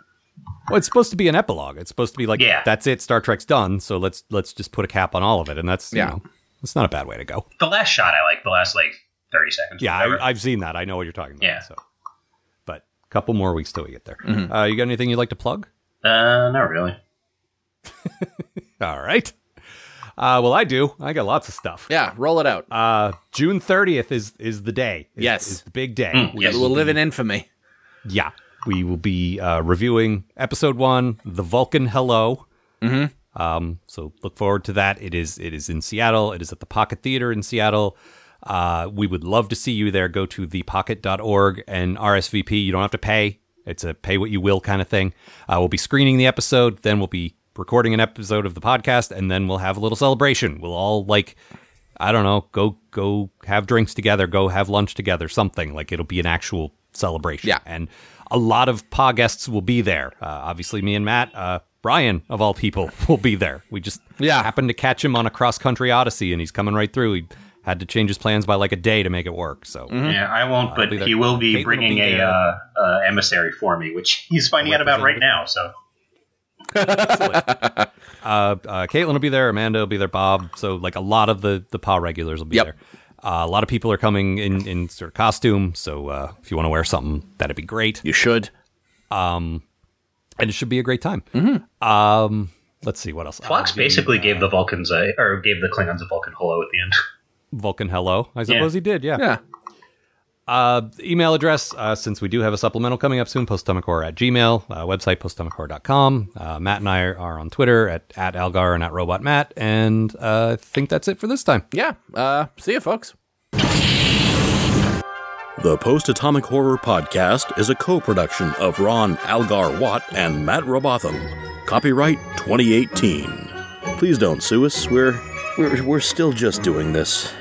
Well, it's supposed to be an epilogue. It's supposed to be like, Yeah. that's it. Star Trek's done. So let's let's just put a cap on all of it, and that's Yeah. you know, that's not a bad way to go. The last shot I like. The last like thirty seconds. Yeah, whatever. I, I've seen that. I know what you're talking about. Yeah. So, but a couple more weeks till we get there. Uh, you got anything you'd like to plug? uh, not really. All right. Uh, well, I do. I got lots of stuff. Yeah, roll it out. Um, Uh, June 30th is is the day. Is- Yes. is the big day. We yes. we'll live in infamy. Yeah, we will be uh, reviewing episode one, the Vulcan Hello. Mm-hmm. Um, so look forward to that. It is it is in Seattle. It is at the Pocket Theater in Seattle. Uh, we would love to see you there. Go to thepocket.org and RSVP. You don't have to pay. It's a pay what you will kind of thing. Uh, we'll be screening the episode, then we'll be recording an episode of the podcast, and then we'll have a little celebration. We'll all like I don't know, go go have drinks together, go have lunch together, something like it'll be an actual celebration. Yeah. and a lot of pod guests will be there. Uh, obviously, me and Matt, uh, Brian of all people, will be there. We just Yeah. happened to catch him on a cross country odyssey, and he's coming right through. He had to change his plans by like a day to make it work. So Mm-hmm. Yeah, I won't. But be there. he will be Caitlin will bringing be a there. uh, uh, emissary for me, which he's finding out about right now. So uh, Caitlin will be there, Amanda will be there, Bob. So like a lot of the the PA regulars will be Yep. there. Uh, a lot of people are coming in in sort of costume. So uh, if you want to wear something, that'd be great. You should. and it should be a great time. Mm-hmm. Um, let's see what else. Fox Uh, basically gave the Vulcans a or gave the Klingons a Vulcan hello at the end. Vulcan hello. I suppose Yeah. he did. Yeah. Yeah. Uh, email address, uh, since we do have a supplemental coming up soon, posttomachhorror at gmail, uh, website posttomachhorror.com. Uh, Matt and I are on Twitter at, at Algar and at Robot Matt. And uh, I think that's it for this time. Yeah. Uh, see you, folks. The Post Atomic Horror Podcast is a co production of Ron Algar Watt and Matt Robotham. Copyright 2018. Please don't sue us. We're, we're, we're still just doing this.